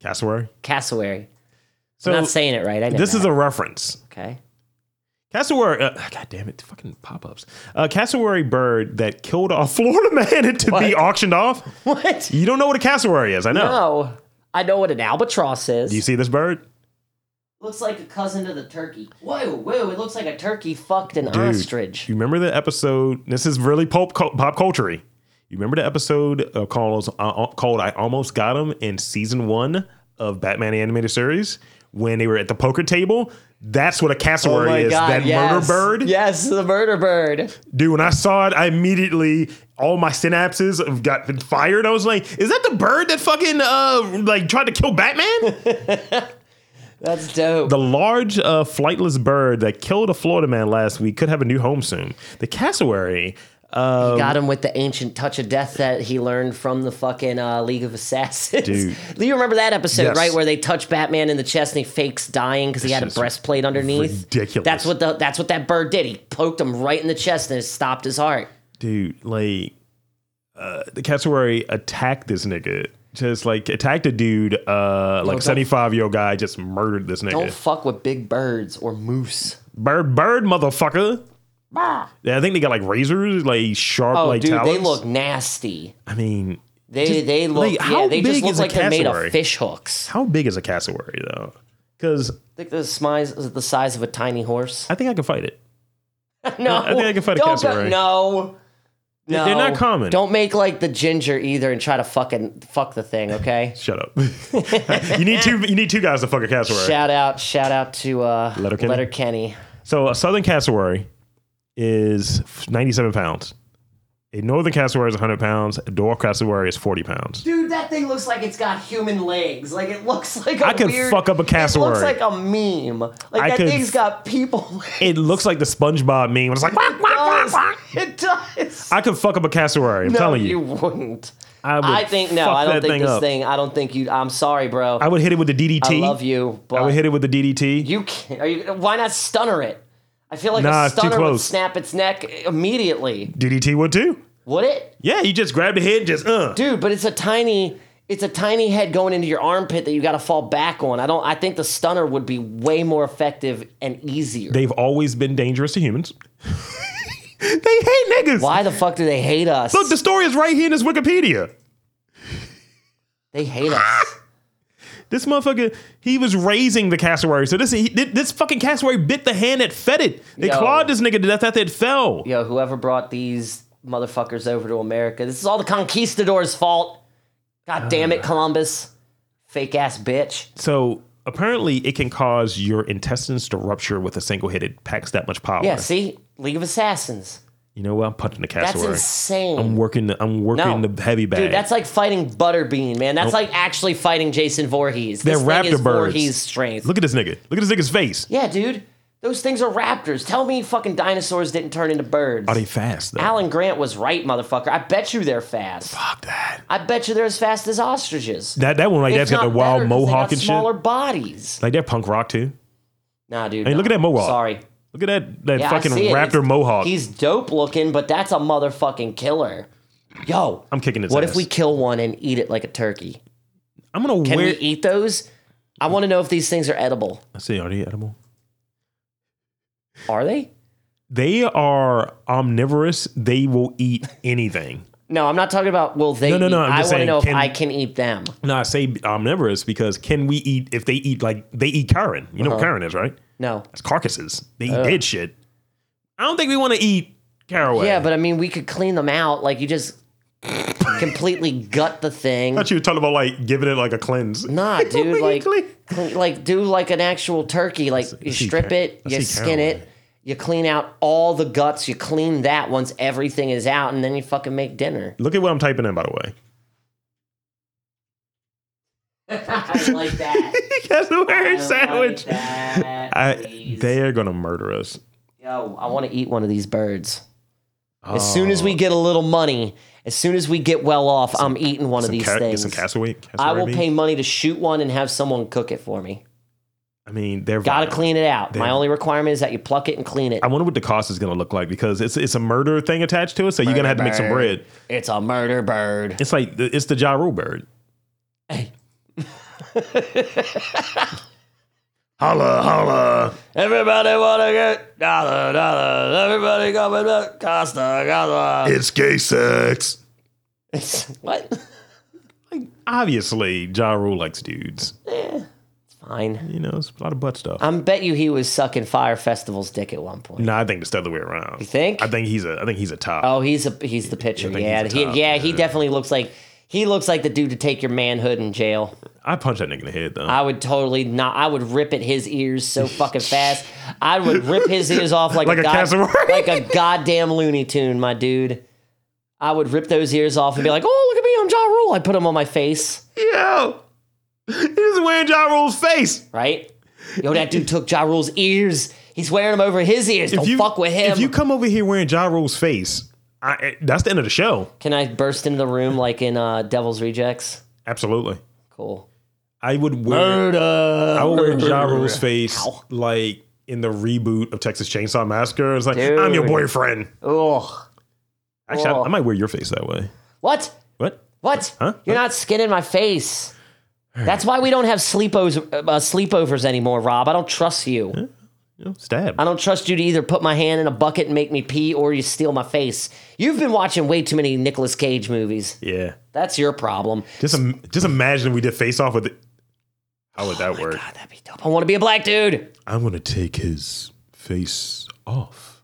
[SPEAKER 2] Cassowary.
[SPEAKER 1] Cassowary.
[SPEAKER 2] So
[SPEAKER 1] I'm not saying it right. I know
[SPEAKER 2] this
[SPEAKER 1] that.
[SPEAKER 2] is a reference.
[SPEAKER 1] okay.
[SPEAKER 2] Cassowary. Uh, God damn it! Fucking pop ups. A cassowary bird that killed a (laughs) Florida man to
[SPEAKER 1] What?
[SPEAKER 2] be auctioned off.
[SPEAKER 1] What?
[SPEAKER 2] You don't know what a cassowary is. I know.
[SPEAKER 1] No. I know what an albatross is.
[SPEAKER 2] Do you see this bird?
[SPEAKER 1] looks like a cousin to the turkey. Whoa, whoa! It looks like a turkey fucked an
[SPEAKER 2] Dude,
[SPEAKER 1] ostrich.
[SPEAKER 2] You remember the episode? This is really pop pop culture. You remember the episode uh, called uh, called "I Almost Got Him" in season one of Batman the Animated Series when they were at the poker table. That's what a cassowary is. that murder
[SPEAKER 1] Oh yes.
[SPEAKER 2] bird,
[SPEAKER 1] Yes, the murder bird.
[SPEAKER 2] dude. When I saw it, I immediately all my synapses have got fired. I was like, "Is that the bird that fucking uh like tried to kill Batman?"
[SPEAKER 1] That's dope.
[SPEAKER 2] (laughs) The large uh, flightless bird that killed a Florida man last week could have a new home soon. The cassowary. Uh,
[SPEAKER 1] Got him with the ancient touch of death that he learned from the fucking uh, League of Assassins.
[SPEAKER 2] Dude.
[SPEAKER 1] (laughs) Do you remember that episode,
[SPEAKER 2] Yes.
[SPEAKER 1] right, where they touch Batman in the chest and he fakes dying because he had a
[SPEAKER 2] is
[SPEAKER 1] breastplate underneath?
[SPEAKER 2] ridiculous.
[SPEAKER 1] That's what the that's what that bird did. He poked him right in the chest and it stopped his heart.
[SPEAKER 2] dude, like uh, the cassowary attacked this nigga. Just like attacked a dude, uh, like
[SPEAKER 1] don't-
[SPEAKER 2] seventy five year old guy just murdered this nigga.
[SPEAKER 1] Don't fuck with big birds or moose.
[SPEAKER 2] bird, bird, motherfucker. Yeah, I think they got like razors, like sharp,
[SPEAKER 1] Oh,
[SPEAKER 2] like
[SPEAKER 1] dude,
[SPEAKER 2] talons.
[SPEAKER 1] they look nasty.
[SPEAKER 2] I mean,
[SPEAKER 1] They
[SPEAKER 2] Just,
[SPEAKER 1] they look
[SPEAKER 2] like, how
[SPEAKER 1] yeah, they just
[SPEAKER 2] big
[SPEAKER 1] look
[SPEAKER 2] is a
[SPEAKER 1] like they're made
[SPEAKER 2] cassowary?
[SPEAKER 1] of fish hooks.
[SPEAKER 2] how big is a cassowary though? Because
[SPEAKER 1] I think the size is the size of a tiny horse.
[SPEAKER 2] I think I can fight it.
[SPEAKER 1] No,
[SPEAKER 2] I think I can fight a
[SPEAKER 1] don't
[SPEAKER 2] cassowary.
[SPEAKER 1] Go, no, no,
[SPEAKER 2] they're not common.
[SPEAKER 1] Don't make like the ginger either and try to fucking fuck the thing.
[SPEAKER 2] (laughs)
[SPEAKER 1] Okay.
[SPEAKER 2] Shut up. you need two. You need two guys to fuck a cassowary.
[SPEAKER 1] shout out, shout out to uh,
[SPEAKER 2] Letterkenny?
[SPEAKER 1] Letterkenny.
[SPEAKER 2] So a southern cassowary is 97 pounds. A northern cassowary is 100 pounds. A dwarf cassowary is 40 pounds.
[SPEAKER 1] Dude, that thing looks like it's got human legs. Like it looks like
[SPEAKER 2] I could weird- fuck up a it looks cassowary. like
[SPEAKER 1] a meme. Like
[SPEAKER 2] I that could- thing's
[SPEAKER 1] got people. (laughs)
[SPEAKER 2] It looks like the SpongeBob meme. when It's like, "Wah, wah, wah, wah."
[SPEAKER 1] It does.
[SPEAKER 2] I could fuck up a cassowary. I'm telling you.
[SPEAKER 1] wouldn't.
[SPEAKER 2] I, would
[SPEAKER 1] I think no.
[SPEAKER 2] fuck
[SPEAKER 1] I don't
[SPEAKER 2] that
[SPEAKER 1] think this
[SPEAKER 2] up.
[SPEAKER 1] thing. I don't think you. I'm sorry, bro.
[SPEAKER 2] I
[SPEAKER 1] I,
[SPEAKER 2] would hit it with the DDT.
[SPEAKER 1] love you, but
[SPEAKER 2] I would hit it with the DDT.
[SPEAKER 1] you can't. Are you? Why not stunner it? I feel like
[SPEAKER 2] Nah,
[SPEAKER 1] a
[SPEAKER 2] it's too
[SPEAKER 1] stunner would
[SPEAKER 2] close.
[SPEAKER 1] snap its neck immediately.
[SPEAKER 2] DDT would too.
[SPEAKER 1] Would it,
[SPEAKER 2] Yeah, you just grab the head and just, uh.
[SPEAKER 1] dude? But it's a tiny. It's a tiny head going into your armpit that you got to fall back on. I don't. I think the stunner would be way more effective and easier.
[SPEAKER 2] They've always been dangerous to humans. (laughs) they hate niggas.
[SPEAKER 1] why the fuck do they hate us?
[SPEAKER 2] Look, the story is right here in this Wikipedia.
[SPEAKER 1] they hate us.
[SPEAKER 2] This motherfucker, he was raising the cassowary. So this he, this fucking cassowary bit the hand that fed it. They
[SPEAKER 1] Yo.
[SPEAKER 2] clawed this nigga to death after it fell.
[SPEAKER 1] Yo, whoever brought these motherfuckers over to America, this is all the conquistadors' fault. God damn
[SPEAKER 2] Uh.
[SPEAKER 1] it, Columbus. Fake ass bitch.
[SPEAKER 2] So apparently, it can cause your intestines to rupture with a single hit. It packs that much power.
[SPEAKER 1] Yeah, see? League of Assassins.
[SPEAKER 2] You know what? I'm punching the
[SPEAKER 1] That's
[SPEAKER 2] cassowary.
[SPEAKER 1] insane.
[SPEAKER 2] I'm working. The, I'm working
[SPEAKER 1] No.
[SPEAKER 2] the heavy bag.
[SPEAKER 1] Dude, that's like fighting Butterbean, man. That's like actually fighting Jason Voorhees. This
[SPEAKER 2] Oh. They're
[SPEAKER 1] thing is
[SPEAKER 2] raptor birds.
[SPEAKER 1] Voorhees strength.
[SPEAKER 2] Look at this nigga. Look at this nigga's face.
[SPEAKER 1] yeah, dude. Those things are raptors. Tell me fucking dinosaurs didn't turn into birds.
[SPEAKER 2] Are they fast though?
[SPEAKER 1] Alan Grant was right, motherfucker. I bet you they're fast.
[SPEAKER 2] Fuck that.
[SPEAKER 1] I bet you they're as fast as ostriches.
[SPEAKER 2] That that one like that's
[SPEAKER 1] If
[SPEAKER 2] got the
[SPEAKER 1] not
[SPEAKER 2] wild
[SPEAKER 1] better, 'cause they got
[SPEAKER 2] mohawk and
[SPEAKER 1] smaller
[SPEAKER 2] shit.
[SPEAKER 1] bodies.
[SPEAKER 2] Like they're punk rock too.
[SPEAKER 1] Nah, dude.
[SPEAKER 2] Hey,
[SPEAKER 1] nah.
[SPEAKER 2] look at that mohawk.
[SPEAKER 1] Sorry.
[SPEAKER 2] Look at that that
[SPEAKER 1] Yeah, I
[SPEAKER 2] fucking
[SPEAKER 1] see it.
[SPEAKER 2] raptor
[SPEAKER 1] It's-
[SPEAKER 2] mohawk.
[SPEAKER 1] He's dope looking, but that's a motherfucking killer. Yo,
[SPEAKER 2] I'm kicking his
[SPEAKER 1] what
[SPEAKER 2] ass.
[SPEAKER 1] if we kill one and eat it like a turkey?
[SPEAKER 2] I'm gonna
[SPEAKER 1] Can
[SPEAKER 2] wear.
[SPEAKER 1] we eat those? I want to know if these things are edible.
[SPEAKER 2] Let's see. Are they edible?
[SPEAKER 1] Are they?
[SPEAKER 2] They are omnivorous. They will eat anything.
[SPEAKER 1] No, I'm not talking about will they.
[SPEAKER 2] No, no, no,
[SPEAKER 1] eat-
[SPEAKER 2] I'm
[SPEAKER 1] I
[SPEAKER 2] just
[SPEAKER 1] wanna
[SPEAKER 2] saying,
[SPEAKER 1] know if
[SPEAKER 2] can-
[SPEAKER 1] I can eat them.
[SPEAKER 2] no, I say omnivorous because can we eat if they eat like they eat Karen? You know
[SPEAKER 1] Uh-huh.
[SPEAKER 2] what Karen is, right?
[SPEAKER 1] No.
[SPEAKER 2] That's carcasses. They eat dead shit. I don't think we want to eat caraway.
[SPEAKER 1] Yeah, but I mean, we could clean them out. Like you just completely gut the thing.
[SPEAKER 2] I thought you were talking about like giving it (laughs) like a cleanse.
[SPEAKER 1] (laughs) Nah, dude.
[SPEAKER 2] you
[SPEAKER 1] like,
[SPEAKER 2] clean-
[SPEAKER 1] clean- like, do like an actual turkey. Like, you
[SPEAKER 2] see
[SPEAKER 1] strip
[SPEAKER 2] car-
[SPEAKER 1] it,
[SPEAKER 2] I
[SPEAKER 1] you
[SPEAKER 2] see
[SPEAKER 1] skin
[SPEAKER 2] caraway.
[SPEAKER 1] it, you clean out all the guts. You clean that once everything is out, and then you fucking make dinner.
[SPEAKER 2] Look at what I'm typing in, by the way. (laughs)
[SPEAKER 1] I like
[SPEAKER 2] (laughs)
[SPEAKER 1] that.
[SPEAKER 2] Cassowary sandwich.
[SPEAKER 1] that.
[SPEAKER 2] I, they are gonna murder us.
[SPEAKER 1] Yo, I want to eat one of these birds. As soon as we get a little money, as soon as we get well off, I'm eating one of these
[SPEAKER 2] Ca- Oh, get
[SPEAKER 1] things.
[SPEAKER 2] some cassowary.
[SPEAKER 1] I
[SPEAKER 2] cassowary
[SPEAKER 1] will
[SPEAKER 2] meat.
[SPEAKER 1] pay money to shoot one and have someone cook it for me.
[SPEAKER 2] I mean, they're
[SPEAKER 1] Got to
[SPEAKER 2] violent.
[SPEAKER 1] clean it out. My only requirement is that you pluck it and clean it.
[SPEAKER 2] I wonder what the cost is going to look like because it's it's a murder thing attached to it, so you're going to have to make some
[SPEAKER 1] Murder bird.
[SPEAKER 2] bread.
[SPEAKER 1] It's a murder bird.
[SPEAKER 2] It's like the- it's the Ja Rule bird.
[SPEAKER 1] Hey,
[SPEAKER 2] (laughs) Holla holla.
[SPEAKER 1] everybody wanna get dollar dollar. Everybody coming up, Costa Costa.
[SPEAKER 2] It's gay sex.
[SPEAKER 1] (laughs) what?
[SPEAKER 2] Like obviously, Ja Rule likes dudes.
[SPEAKER 1] Fine.
[SPEAKER 2] You know, it's a lot of butt stuff.
[SPEAKER 1] I'm bet you he was sucking Fire Festival's dick at one point.
[SPEAKER 2] no, I think it's the other way around. You
[SPEAKER 1] think?
[SPEAKER 2] I think he's a I think he's a top.
[SPEAKER 1] Oh, he's a he's the pitcher.
[SPEAKER 2] think
[SPEAKER 1] Yeah,
[SPEAKER 2] he's a
[SPEAKER 1] he,
[SPEAKER 2] top,
[SPEAKER 1] yeah, he definitely looks like he looks like the dude to take your manhood in jail.
[SPEAKER 2] I punch that nigga in the head though.
[SPEAKER 1] I would totally not. I would rip at his ears so fucking fast. I would rip his ears off like,
[SPEAKER 2] Like a casserole.
[SPEAKER 1] like a goddamn Looney Tune, my dude. I would rip those ears off and be like, "Oh, look at me, I'm Ja Rule." I put them on my face,
[SPEAKER 2] Yo, he's wearing Ja Rule's face.
[SPEAKER 1] right? Yo, that dude took Ja Rule's ears. He's wearing them over his ears. Don't fuck with him.
[SPEAKER 2] If you come over here wearing Ja Rule's face, I, eh, that's the end of the show.
[SPEAKER 1] Can I burst into the room like in uh, Devil's Rejects?
[SPEAKER 2] Absolutely.
[SPEAKER 1] Cool.
[SPEAKER 2] I would wear I would wear Ja
[SPEAKER 1] (laughs)
[SPEAKER 2] Rule's face like in the reboot of Texas Chainsaw Massacre. It's like I'm your
[SPEAKER 1] Dude.
[SPEAKER 2] boyfriend.
[SPEAKER 1] Ugh.
[SPEAKER 2] Actually, I,
[SPEAKER 1] Oh.
[SPEAKER 2] I might wear your face that way.
[SPEAKER 1] What?
[SPEAKER 2] What?
[SPEAKER 1] What? You're not skinning my face. That's why we don't have sleepovers, uh, sleepovers anymore, Rob. I don't trust you.
[SPEAKER 2] You know, stab.
[SPEAKER 1] I don't trust you to either put my hand in a bucket and make me pee or you steal my face. You've been watching way too many Nicolas Cage movies.
[SPEAKER 2] yeah.
[SPEAKER 1] That's your problem.
[SPEAKER 2] Just Im- just imagine if we did face off with it. How would that work?
[SPEAKER 1] Oh God, that'd be dope. I want to be a black dude.
[SPEAKER 2] I'm gonna take his face
[SPEAKER 1] (laughs)
[SPEAKER 2] off.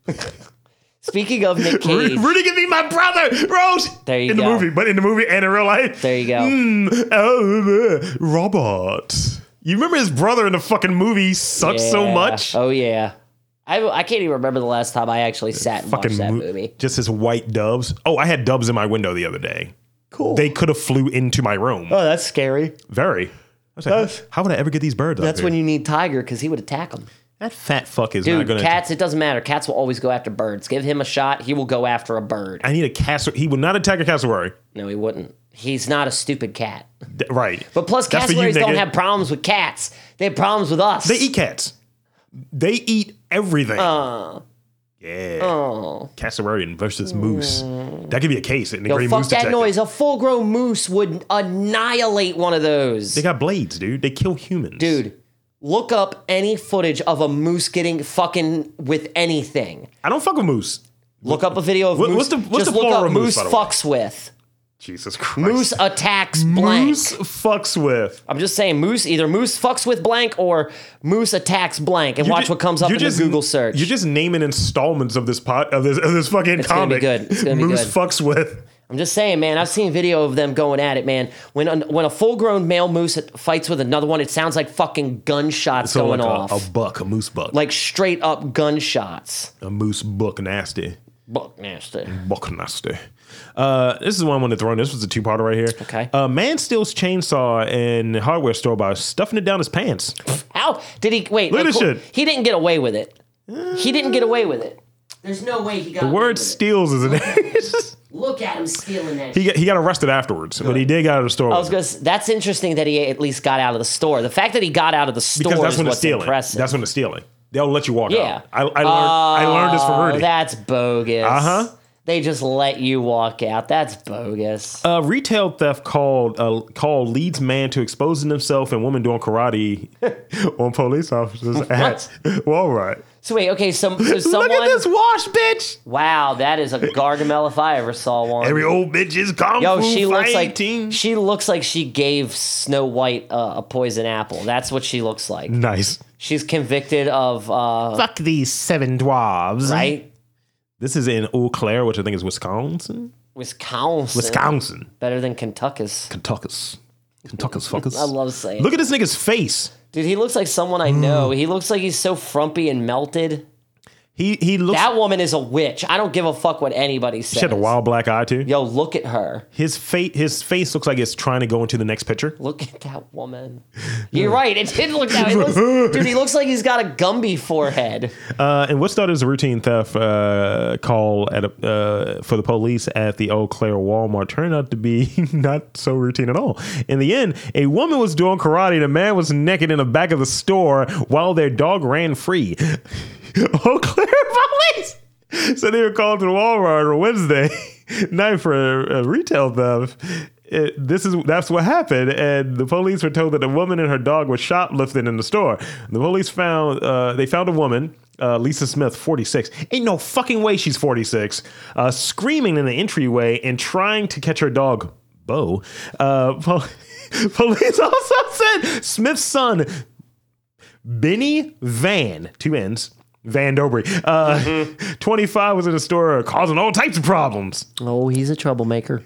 [SPEAKER 1] Speaking of
[SPEAKER 2] (laughs)
[SPEAKER 1] Nick
[SPEAKER 2] Rudy,
[SPEAKER 1] Cage,
[SPEAKER 2] Rudy can be my brother, Rose.
[SPEAKER 1] There you
[SPEAKER 2] in the
[SPEAKER 1] go.
[SPEAKER 2] movie, but in the movie and in real life.
[SPEAKER 1] there you go.
[SPEAKER 2] Mm, oh, uh, Robert. You remember his brother in the fucking movie sucks so
[SPEAKER 1] Yeah.
[SPEAKER 2] much.
[SPEAKER 1] Oh yeah. I, I can't even remember the last time I actually sat and watched that
[SPEAKER 2] mo-
[SPEAKER 1] movie.
[SPEAKER 2] Just his white doves. Oh, I had doves in my window the other day. Cool. They could have flew into my room.
[SPEAKER 1] Oh, that's scary.
[SPEAKER 2] Very. I was like,
[SPEAKER 1] That's-
[SPEAKER 2] how would I ever get these birds?
[SPEAKER 1] uh, That's when you need Tiger because he would attack them.
[SPEAKER 2] that fat fuck is not
[SPEAKER 1] Dude,
[SPEAKER 2] gonna.
[SPEAKER 1] cats, it doesn't matter. Cats will always go after birds. Give him a shot, he will go after a bird.
[SPEAKER 2] I need a cassowary. He would not attack a cassowary.
[SPEAKER 1] No, he wouldn't. He's not a stupid cat.
[SPEAKER 2] D- right.
[SPEAKER 1] But plus,
[SPEAKER 2] That's for you,
[SPEAKER 1] cassowaries don't
[SPEAKER 2] nigga.
[SPEAKER 1] have problems with cats. They have problems with us.
[SPEAKER 2] They eat cats. They eat everything.
[SPEAKER 1] Uh.
[SPEAKER 2] yeah.
[SPEAKER 1] oh.
[SPEAKER 2] Cassowarian versus moose. That could be a case. And the
[SPEAKER 1] Yo,
[SPEAKER 2] Green
[SPEAKER 1] fuck
[SPEAKER 2] moose
[SPEAKER 1] that
[SPEAKER 2] detective.
[SPEAKER 1] noise. A full grown moose would annihilate one of those.
[SPEAKER 2] They got blades, dude. They kill humans.
[SPEAKER 1] Dude, look up any footage of a moose getting fucking with anything.
[SPEAKER 2] I don't fuck with moose.
[SPEAKER 1] Look up a video of
[SPEAKER 2] What-
[SPEAKER 1] moose.
[SPEAKER 2] what's the- what's
[SPEAKER 1] Just
[SPEAKER 2] the
[SPEAKER 1] look
[SPEAKER 2] plural
[SPEAKER 1] up
[SPEAKER 2] of moose,
[SPEAKER 1] moose
[SPEAKER 2] by the way?
[SPEAKER 1] fucks with.
[SPEAKER 2] Jesus Christ.
[SPEAKER 1] Moose attacks blank.
[SPEAKER 2] Moose fucks with.
[SPEAKER 1] I'm just saying, moose either moose fucks with blank or moose attacks blank, and
[SPEAKER 2] You
[SPEAKER 1] watch
[SPEAKER 2] ju-
[SPEAKER 1] what comes up
[SPEAKER 2] you
[SPEAKER 1] in the Google search.
[SPEAKER 2] You're just naming installments of this pot of this of this fucking
[SPEAKER 1] gonna be
[SPEAKER 2] comic.
[SPEAKER 1] good. It's gonna be
[SPEAKER 2] moose
[SPEAKER 1] good.
[SPEAKER 2] fucks with.
[SPEAKER 1] I'm just saying, man. I've seen video of them going at it, man. When a, when a full grown male moose fights with another one, it sounds like fucking gunshots
[SPEAKER 2] So
[SPEAKER 1] going
[SPEAKER 2] like a,
[SPEAKER 1] off,
[SPEAKER 2] a buck, a moose buck,
[SPEAKER 1] like straight up gunshots.
[SPEAKER 2] a moose buck, nasty.
[SPEAKER 1] Buck nasty.
[SPEAKER 2] Buck nasty. Uh, this is one I wanted to throw in. This was a two-parter right here.
[SPEAKER 1] Okay.
[SPEAKER 2] A man steals chainsaw in a hardware store by stuffing it down his pants.
[SPEAKER 1] How did he? Wait,
[SPEAKER 2] Look at
[SPEAKER 1] of
[SPEAKER 2] this
[SPEAKER 1] cour-
[SPEAKER 2] shit. Uh,
[SPEAKER 1] He didn't get away with it. He didn't get away with it. There's no way he got. The
[SPEAKER 2] Word steals is an
[SPEAKER 1] Look at him stealing that.
[SPEAKER 2] (laughs) he got, he got arrested afterwards, but he did get out of the store.
[SPEAKER 1] I was gonna, s- that's interesting that he at least got out of the store. The fact that he got out of the store
[SPEAKER 2] because that's
[SPEAKER 1] is
[SPEAKER 2] when it's
[SPEAKER 1] what's
[SPEAKER 2] stealing.
[SPEAKER 1] impressive.
[SPEAKER 2] That's when it's stealing. They'll let you walk
[SPEAKER 1] Yeah.
[SPEAKER 2] out. I, I learned I learned this from
[SPEAKER 1] Oh,
[SPEAKER 2] Rudy.
[SPEAKER 1] that's bogus.
[SPEAKER 2] Uh-huh.
[SPEAKER 1] They just let you walk out. That's bogus.
[SPEAKER 2] Uh, retail theft called uh, call leads man to exposing himself and woman doing karate (laughs) on police officers at Walmart.
[SPEAKER 1] so wait, okay, so, so
[SPEAKER 2] (laughs) Look at
[SPEAKER 1] someone.
[SPEAKER 2] this wash, bitch.
[SPEAKER 1] Wow, that is a Gargamel if I ever saw one.
[SPEAKER 2] Every old bitch is kung
[SPEAKER 1] Yo,
[SPEAKER 2] fu
[SPEAKER 1] she looks like
[SPEAKER 2] fighting.
[SPEAKER 1] she looks like she gave Snow White uh, a poison apple. That's what she looks like.
[SPEAKER 2] nice.
[SPEAKER 1] She's convicted of uh,
[SPEAKER 2] Fuck these seven dwarves.
[SPEAKER 1] right
[SPEAKER 2] This is in Eau Claire, which I think is Wisconsin.
[SPEAKER 1] Wisconsin,
[SPEAKER 2] Wisconsin,
[SPEAKER 1] better than Kentuckus.
[SPEAKER 2] Kentucky, Kentucky fuckers.
[SPEAKER 1] I love saying,
[SPEAKER 2] Look Mm. at this nigga's face.
[SPEAKER 1] dude. He looks like someone I know. He looks like he's so frumpy and melted.
[SPEAKER 2] He he looks.
[SPEAKER 1] That woman is a witch. I don't give a fuck what anybody says.
[SPEAKER 2] she had a wild black eye too.
[SPEAKER 1] Yo, look at her.
[SPEAKER 2] His face his face looks like it's trying to go into the next picture.
[SPEAKER 1] Look at that (laughs) woman. You're right. It did look that. (laughs) It looks, dude, he looks like he's got a Gumby forehead.
[SPEAKER 2] Uh, and what started as a routine theft uh, call at a, uh, for the police at the Eau Claire Walmart turned out to be (laughs) not so routine at all. In the end, a woman was doing karate and a man was naked in the back of the store while their dog ran free. (laughs) Eau Claire (laughs) police. (laughs) So they were called to Walmart on Wednesday (laughs) night for a, retail theft. It- this is that's what happened, and the police were told that a woman and her dog were shoplifting in the store. The police found uh, they found a woman, uh, Lisa Smith, 46. Ain't no fucking way she's 46, uh, screaming in the entryway and trying to catch her dog, Bo. Uh, po- (laughs) police (laughs) also said Smith's son, Benny Van, two N's, Van Dobry, uh, (laughs) 25, was in the store causing all types of problems.
[SPEAKER 1] Oh, he's a troublemaker.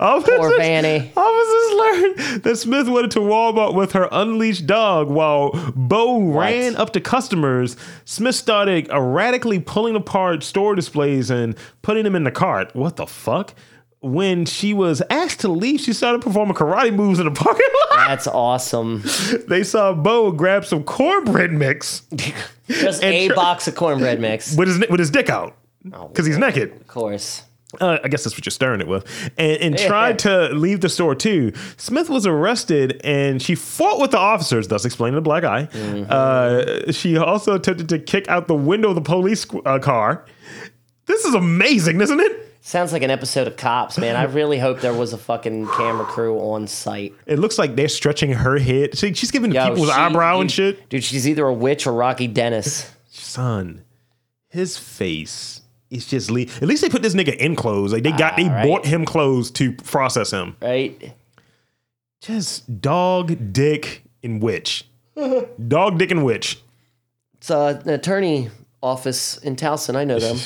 [SPEAKER 2] Officers,
[SPEAKER 1] Poor Vanny.
[SPEAKER 2] Officers learned that Smith went to Walmart with her unleashed dog while Bo ran up to customers. Smith started erratically pulling apart store displays and putting them in the cart. What the fuck? When she was asked to leave, she started performing karate moves in the parking lot.
[SPEAKER 1] That's awesome.
[SPEAKER 2] They saw Bo grab some cornbread mix
[SPEAKER 1] Just
[SPEAKER 2] And
[SPEAKER 1] a
[SPEAKER 2] tr-
[SPEAKER 1] box of cornbread mix.
[SPEAKER 2] with his with his dick out
[SPEAKER 1] Oh,
[SPEAKER 2] because he's naked.
[SPEAKER 1] Of course.
[SPEAKER 2] uh, I guess that's what you're stirring it with, and, and tried to leave the store too. Smith was arrested and she fought with the officers, thus explaining the black eye.
[SPEAKER 1] Mm-hmm.
[SPEAKER 2] Uh, she also attempted to kick out the window of the police uh, car. This is amazing, isn't it?
[SPEAKER 1] Sounds like an episode of Cops, man. I really hope there was a fucking camera crew on site.
[SPEAKER 2] It looks like they're stretching her head. She, she's giving
[SPEAKER 1] Yo,
[SPEAKER 2] people's
[SPEAKER 1] she-
[SPEAKER 2] eyebrow and
[SPEAKER 1] dude-
[SPEAKER 2] shit.
[SPEAKER 1] Dude, she's either a witch or Rocky Dennis.
[SPEAKER 2] Son, his face is just. Le- At least they put this nigga in clothes. Like they got, they
[SPEAKER 1] Ah, right.
[SPEAKER 2] bought him clothes to process him.
[SPEAKER 1] Right?
[SPEAKER 2] Just dog, dick, and witch. dog, dick, and witch.
[SPEAKER 1] It's uh, an attorney office in Towson. I know them.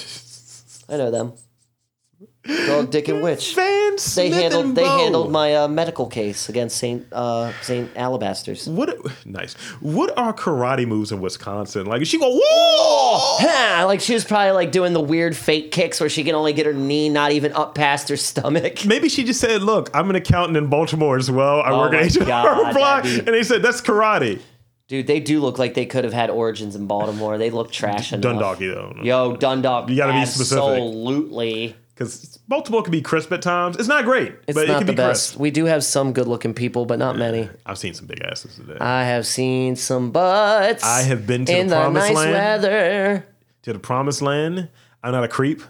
[SPEAKER 1] I know them. Dog, Dick, and Witch.
[SPEAKER 2] Van
[SPEAKER 1] They
[SPEAKER 2] Smith
[SPEAKER 1] handled
[SPEAKER 2] and
[SPEAKER 1] they
[SPEAKER 2] Bo.
[SPEAKER 1] handled my uh, medical case against Saint uh, Saint Alabasters.
[SPEAKER 2] What nice. What are karate moves in Wisconsin? Like she go whoa.
[SPEAKER 1] Ah, like she was probably like doing the weird fake kicks where she can only get her knee not even up past her stomach. (laughs)
[SPEAKER 2] Maybe she just said, "Look, I'm an accountant in Baltimore as well. I work
[SPEAKER 1] Oh my
[SPEAKER 2] at (laughs) HR
[SPEAKER 1] God,
[SPEAKER 2] Block,"
[SPEAKER 1] that'd be-
[SPEAKER 2] and they said, "That's karate."
[SPEAKER 1] Dude, they do look like they could have had origins in Baltimore. They look trash enough.
[SPEAKER 2] Dundalky though,
[SPEAKER 1] Yo, Dundalk.
[SPEAKER 2] You gotta be specific.
[SPEAKER 1] Absolutely.
[SPEAKER 2] because Baltimore can be crisp at times. It's not great,
[SPEAKER 1] It's
[SPEAKER 2] but it
[SPEAKER 1] not
[SPEAKER 2] can
[SPEAKER 1] the
[SPEAKER 2] be
[SPEAKER 1] best.
[SPEAKER 2] crisp.
[SPEAKER 1] We do have some good looking people, but not many.
[SPEAKER 2] I've seen some big asses today.
[SPEAKER 1] I have seen some butts.
[SPEAKER 2] I have been to the
[SPEAKER 1] in the,
[SPEAKER 2] promised
[SPEAKER 1] nice
[SPEAKER 2] land.
[SPEAKER 1] weather.
[SPEAKER 2] to the promised land. I'm not a creep.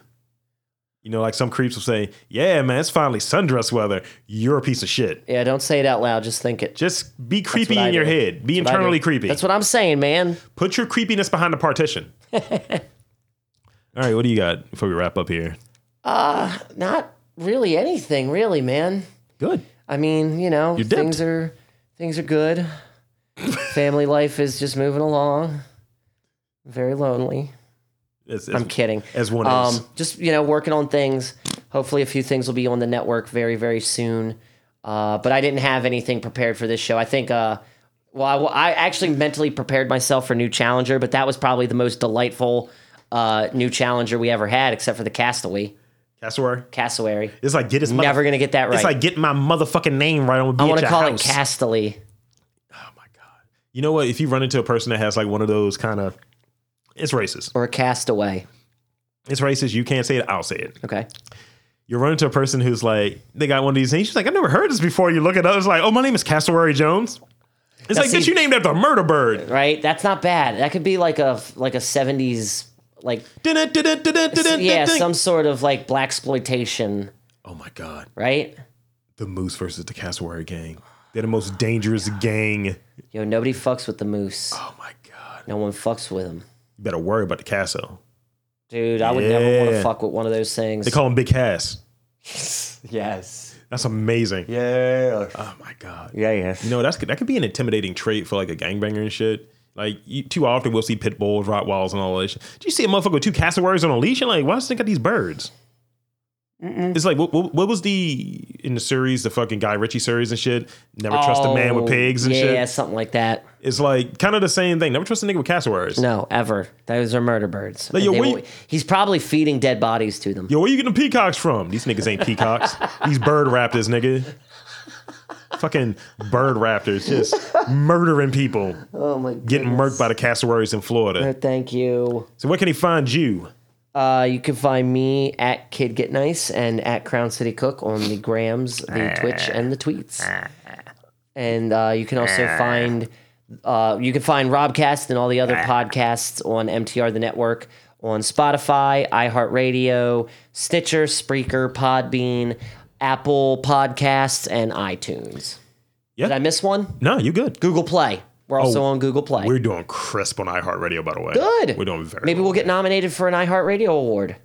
[SPEAKER 2] You know, like some creeps will say, "Yeah, man, it's finally sundress weather." You're a piece of shit.
[SPEAKER 1] Yeah, don't say it out loud. Just think it.
[SPEAKER 2] Just be creepy
[SPEAKER 1] what I
[SPEAKER 2] in your
[SPEAKER 1] do.
[SPEAKER 2] head. Be
[SPEAKER 1] That's what I do.
[SPEAKER 2] internally creepy.
[SPEAKER 1] That's what I'm saying, man.
[SPEAKER 2] Put your creepiness behind the
[SPEAKER 1] (laughs)
[SPEAKER 2] partition. All right, what do you got before we wrap up here?
[SPEAKER 1] Not really anything, really, man.
[SPEAKER 2] Good.
[SPEAKER 1] I mean, you know,
[SPEAKER 2] dipped.
[SPEAKER 1] things are things are good. Family life is just moving along. Very lonely.
[SPEAKER 2] As,
[SPEAKER 1] I'm kidding.
[SPEAKER 2] As one is.
[SPEAKER 1] Um, just you know, working on things. Hopefully, a few things will be on the network very, very soon. Uh, but I didn't have anything prepared for this show. I think. Uh, well, I, I actually mentally prepared myself for New Challenger, but that was probably the most delightful uh, New Challenger we ever had, except for the Castaway.
[SPEAKER 2] Cassowary.
[SPEAKER 1] Cassowary.
[SPEAKER 2] It's like get his mother-
[SPEAKER 1] Never gonna get that right.
[SPEAKER 2] It's like getting my motherfucking name right on.
[SPEAKER 1] I want to call
[SPEAKER 2] house.
[SPEAKER 1] it Castaway.
[SPEAKER 2] You know what? If you run into a person that has like one of those kind of, it's racist.
[SPEAKER 1] or a Castaway.
[SPEAKER 2] It's racist. You can't say it. I'll say it.
[SPEAKER 1] Okay.
[SPEAKER 2] You run into a person who's like they got one of these things. She's like, I've never heard this before. You look it up. It's like, oh, my name is Cassowary Jones. It's like,
[SPEAKER 1] see-
[SPEAKER 2] bitch, you named after a murder bird.
[SPEAKER 1] Right? That's not bad. That could be like a like a 70s like yeah, some sort of like black exploitation,
[SPEAKER 2] Oh my god.
[SPEAKER 1] right?
[SPEAKER 2] The Moose versus the Cassowary Gang. They're the most dangerous gang.
[SPEAKER 1] Yo, nobody fucks with the moose.
[SPEAKER 2] Oh my god.
[SPEAKER 1] No one fucks with him.
[SPEAKER 2] You better worry about the Casso.
[SPEAKER 1] Dude, I would never want
[SPEAKER 2] Yeah.
[SPEAKER 1] to fuck with one of those things.
[SPEAKER 2] They call him Big Cass.
[SPEAKER 1] yes.
[SPEAKER 2] That's amazing.
[SPEAKER 1] Yeah.
[SPEAKER 2] Oh my god.
[SPEAKER 1] Yeah, yes.
[SPEAKER 2] You know, that's that could be an intimidating trait for like a gangbanger and shit. Like you, too often we'll see pit bulls, rottweilers, and all that shit. Do you see a motherfucker with two cassowaries on a leash? And like, why does they got these birds? It's like what, what, what was the in the series, the fucking Guy Ritchie series and shit. Never trust a man with pigs and
[SPEAKER 1] Oh, yeah,
[SPEAKER 2] shit.
[SPEAKER 1] something like that.
[SPEAKER 2] It's like kind of the same thing. Never trust a nigga with cassowaries.
[SPEAKER 1] No, ever. Those are murder birds.
[SPEAKER 2] yo,
[SPEAKER 1] They
[SPEAKER 2] we-
[SPEAKER 1] will- he's probably feeding dead bodies to them.
[SPEAKER 2] Yo, where you getting peacocks from? These niggas ain't peacocks. These bird raptors, nigga. Fucking bird raptors just murdering people,
[SPEAKER 1] Oh my god.
[SPEAKER 2] getting murked by the cassowaries in Florida.
[SPEAKER 1] Thank you.
[SPEAKER 2] So where can he find you?
[SPEAKER 1] Uh, you can find me at Kid Get Nice and at Crown City Cook on the grams, the Twitch, and the tweets. And uh, you can also find uh, you can find Robcast and all the other podcasts on MTR the Network on Spotify, iHeartRadio, Stitcher, Spreaker, Podbean, Apple Podcasts, and iTunes.
[SPEAKER 2] Yeah.
[SPEAKER 1] Did I miss one?
[SPEAKER 2] No, you good.
[SPEAKER 1] Google Play. We're also
[SPEAKER 2] Oh,
[SPEAKER 1] on Google Play.
[SPEAKER 2] We're doing crisp on iHeartRadio, by the way.
[SPEAKER 1] Good.
[SPEAKER 2] We're doing very.
[SPEAKER 1] Maybe
[SPEAKER 2] well.
[SPEAKER 1] we'll get nominated for an iHeartRadio award.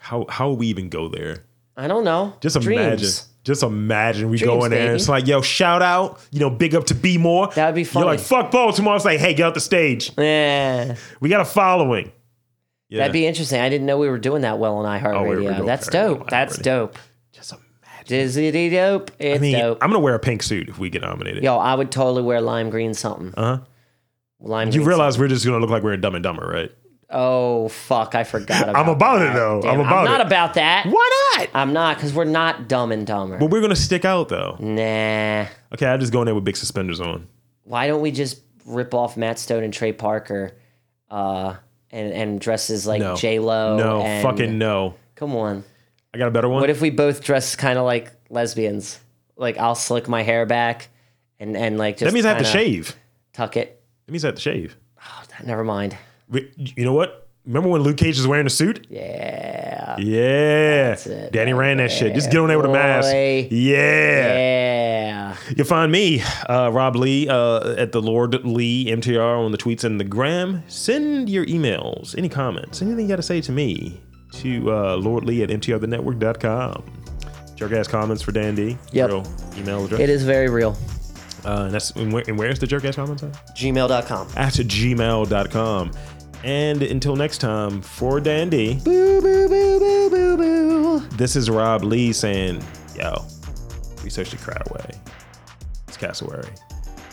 [SPEAKER 2] how how we even go there?
[SPEAKER 1] I don't know.
[SPEAKER 2] Just imagine. Just imagine we go
[SPEAKER 1] Dreams,
[SPEAKER 2] in there. and
[SPEAKER 1] baby.
[SPEAKER 2] It's like, yo, shout out, you know, big up to B More.
[SPEAKER 1] That would be funny.
[SPEAKER 2] You're like, fuck Baltimore. It's like, hey, get out the stage.
[SPEAKER 1] Yeah.
[SPEAKER 2] We got a following. Yeah.
[SPEAKER 1] That'd be interesting. I didn't know we were doing that well on
[SPEAKER 2] Oh, we were
[SPEAKER 1] iHeartRadio.
[SPEAKER 2] doing
[SPEAKER 1] That's
[SPEAKER 2] very well
[SPEAKER 1] dope.
[SPEAKER 2] on
[SPEAKER 1] That's
[SPEAKER 2] iHeartRadio.
[SPEAKER 1] dope.
[SPEAKER 2] just imagine.
[SPEAKER 1] Dizzy dope. It's
[SPEAKER 2] I mean,
[SPEAKER 1] dope.
[SPEAKER 2] I'm gonna wear a pink suit if we get nominated.
[SPEAKER 1] Yo, I would totally wear lime green something.
[SPEAKER 2] Uh huh.
[SPEAKER 1] Lime
[SPEAKER 2] You
[SPEAKER 1] green.
[SPEAKER 2] realize we're just gonna look like we're in Dumb and Dumber, right?
[SPEAKER 1] oh, fuck. I forgot about
[SPEAKER 2] I'm about
[SPEAKER 1] that.
[SPEAKER 2] it, though.
[SPEAKER 1] Damn,
[SPEAKER 2] I'm about
[SPEAKER 1] I'm not
[SPEAKER 2] it.
[SPEAKER 1] about that.
[SPEAKER 2] Why not?
[SPEAKER 1] I'm not because we're not dumb and dumber.
[SPEAKER 2] But we're gonna stick out though.
[SPEAKER 1] Nah.
[SPEAKER 2] Okay, I just go in there with big suspenders on.
[SPEAKER 1] Why don't we just rip off Matt Stone and Trey Parker uh, and, and dress as like
[SPEAKER 2] No.
[SPEAKER 1] J-Lo?
[SPEAKER 2] No,
[SPEAKER 1] Oh, and-
[SPEAKER 2] fucking no.
[SPEAKER 1] Come on.
[SPEAKER 2] I got a better one.
[SPEAKER 1] What if we both dress kind of like lesbians? Like I'll slick my hair back and and like just
[SPEAKER 2] that means I have to
[SPEAKER 1] kinda
[SPEAKER 2] shave.
[SPEAKER 1] Tuck it.
[SPEAKER 2] That means I have to shave.
[SPEAKER 1] Oh, never mind.
[SPEAKER 2] We- You know what? Remember when Luke Cage was wearing a suit?
[SPEAKER 1] Yeah.
[SPEAKER 2] Yeah.
[SPEAKER 1] it
[SPEAKER 2] Danny ran that shit. Just get on there with a mask.
[SPEAKER 1] boy.
[SPEAKER 2] Yeah.
[SPEAKER 1] Yeah.
[SPEAKER 2] You'll find me, uh, Rob Lee, uh, at the Lord Lee MTR on the tweets and the gram. Send your emails, any comments, anything you got to say to me to uh, Lord Lee at MTRthenetwork.com. Jerk ass comments for Dan D.
[SPEAKER 1] Yep.
[SPEAKER 2] Real email address.
[SPEAKER 1] It is very real.
[SPEAKER 2] Uh, and, that's, and, where, and where's the jerk ass comments at?
[SPEAKER 1] Gmail.com.
[SPEAKER 2] At gmail.com. And until next time, for Dan D,
[SPEAKER 1] Boo, boo, boo, boo, boo, boo.
[SPEAKER 2] this is Rob Lee saying, yo, research the crowd away. It's Cassowary.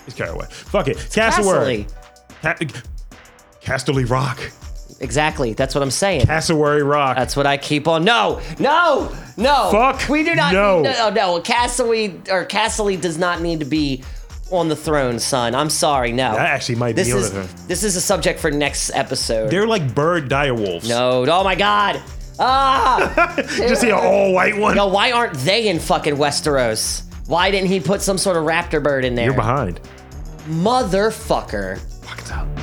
[SPEAKER 2] It's Caraway. Fuck it. Cassowary.
[SPEAKER 1] Cassily.
[SPEAKER 2] Ca- Casterly Rock.
[SPEAKER 1] Exactly. That's what I'm saying.
[SPEAKER 2] Cassowary Rock.
[SPEAKER 1] That's what I keep on. No, no, no.
[SPEAKER 2] Fuck
[SPEAKER 1] We do not.
[SPEAKER 2] no.
[SPEAKER 1] Need, no, no. Cassily or Cassily does not need to be on the throne, son. I'm sorry. No.
[SPEAKER 2] That actually might
[SPEAKER 1] this
[SPEAKER 2] be on
[SPEAKER 1] is
[SPEAKER 2] the throne.
[SPEAKER 1] this is a subject for next episode.
[SPEAKER 2] They're like bird direwolves.
[SPEAKER 1] no. Oh my God. Ah.
[SPEAKER 2] Just see an all white one.
[SPEAKER 1] no. Why aren't they in fucking Westeros? Why didn't he put some sort of raptor bird in there?
[SPEAKER 2] You're behind.
[SPEAKER 1] Motherfucker.
[SPEAKER 2] Fuck it's up.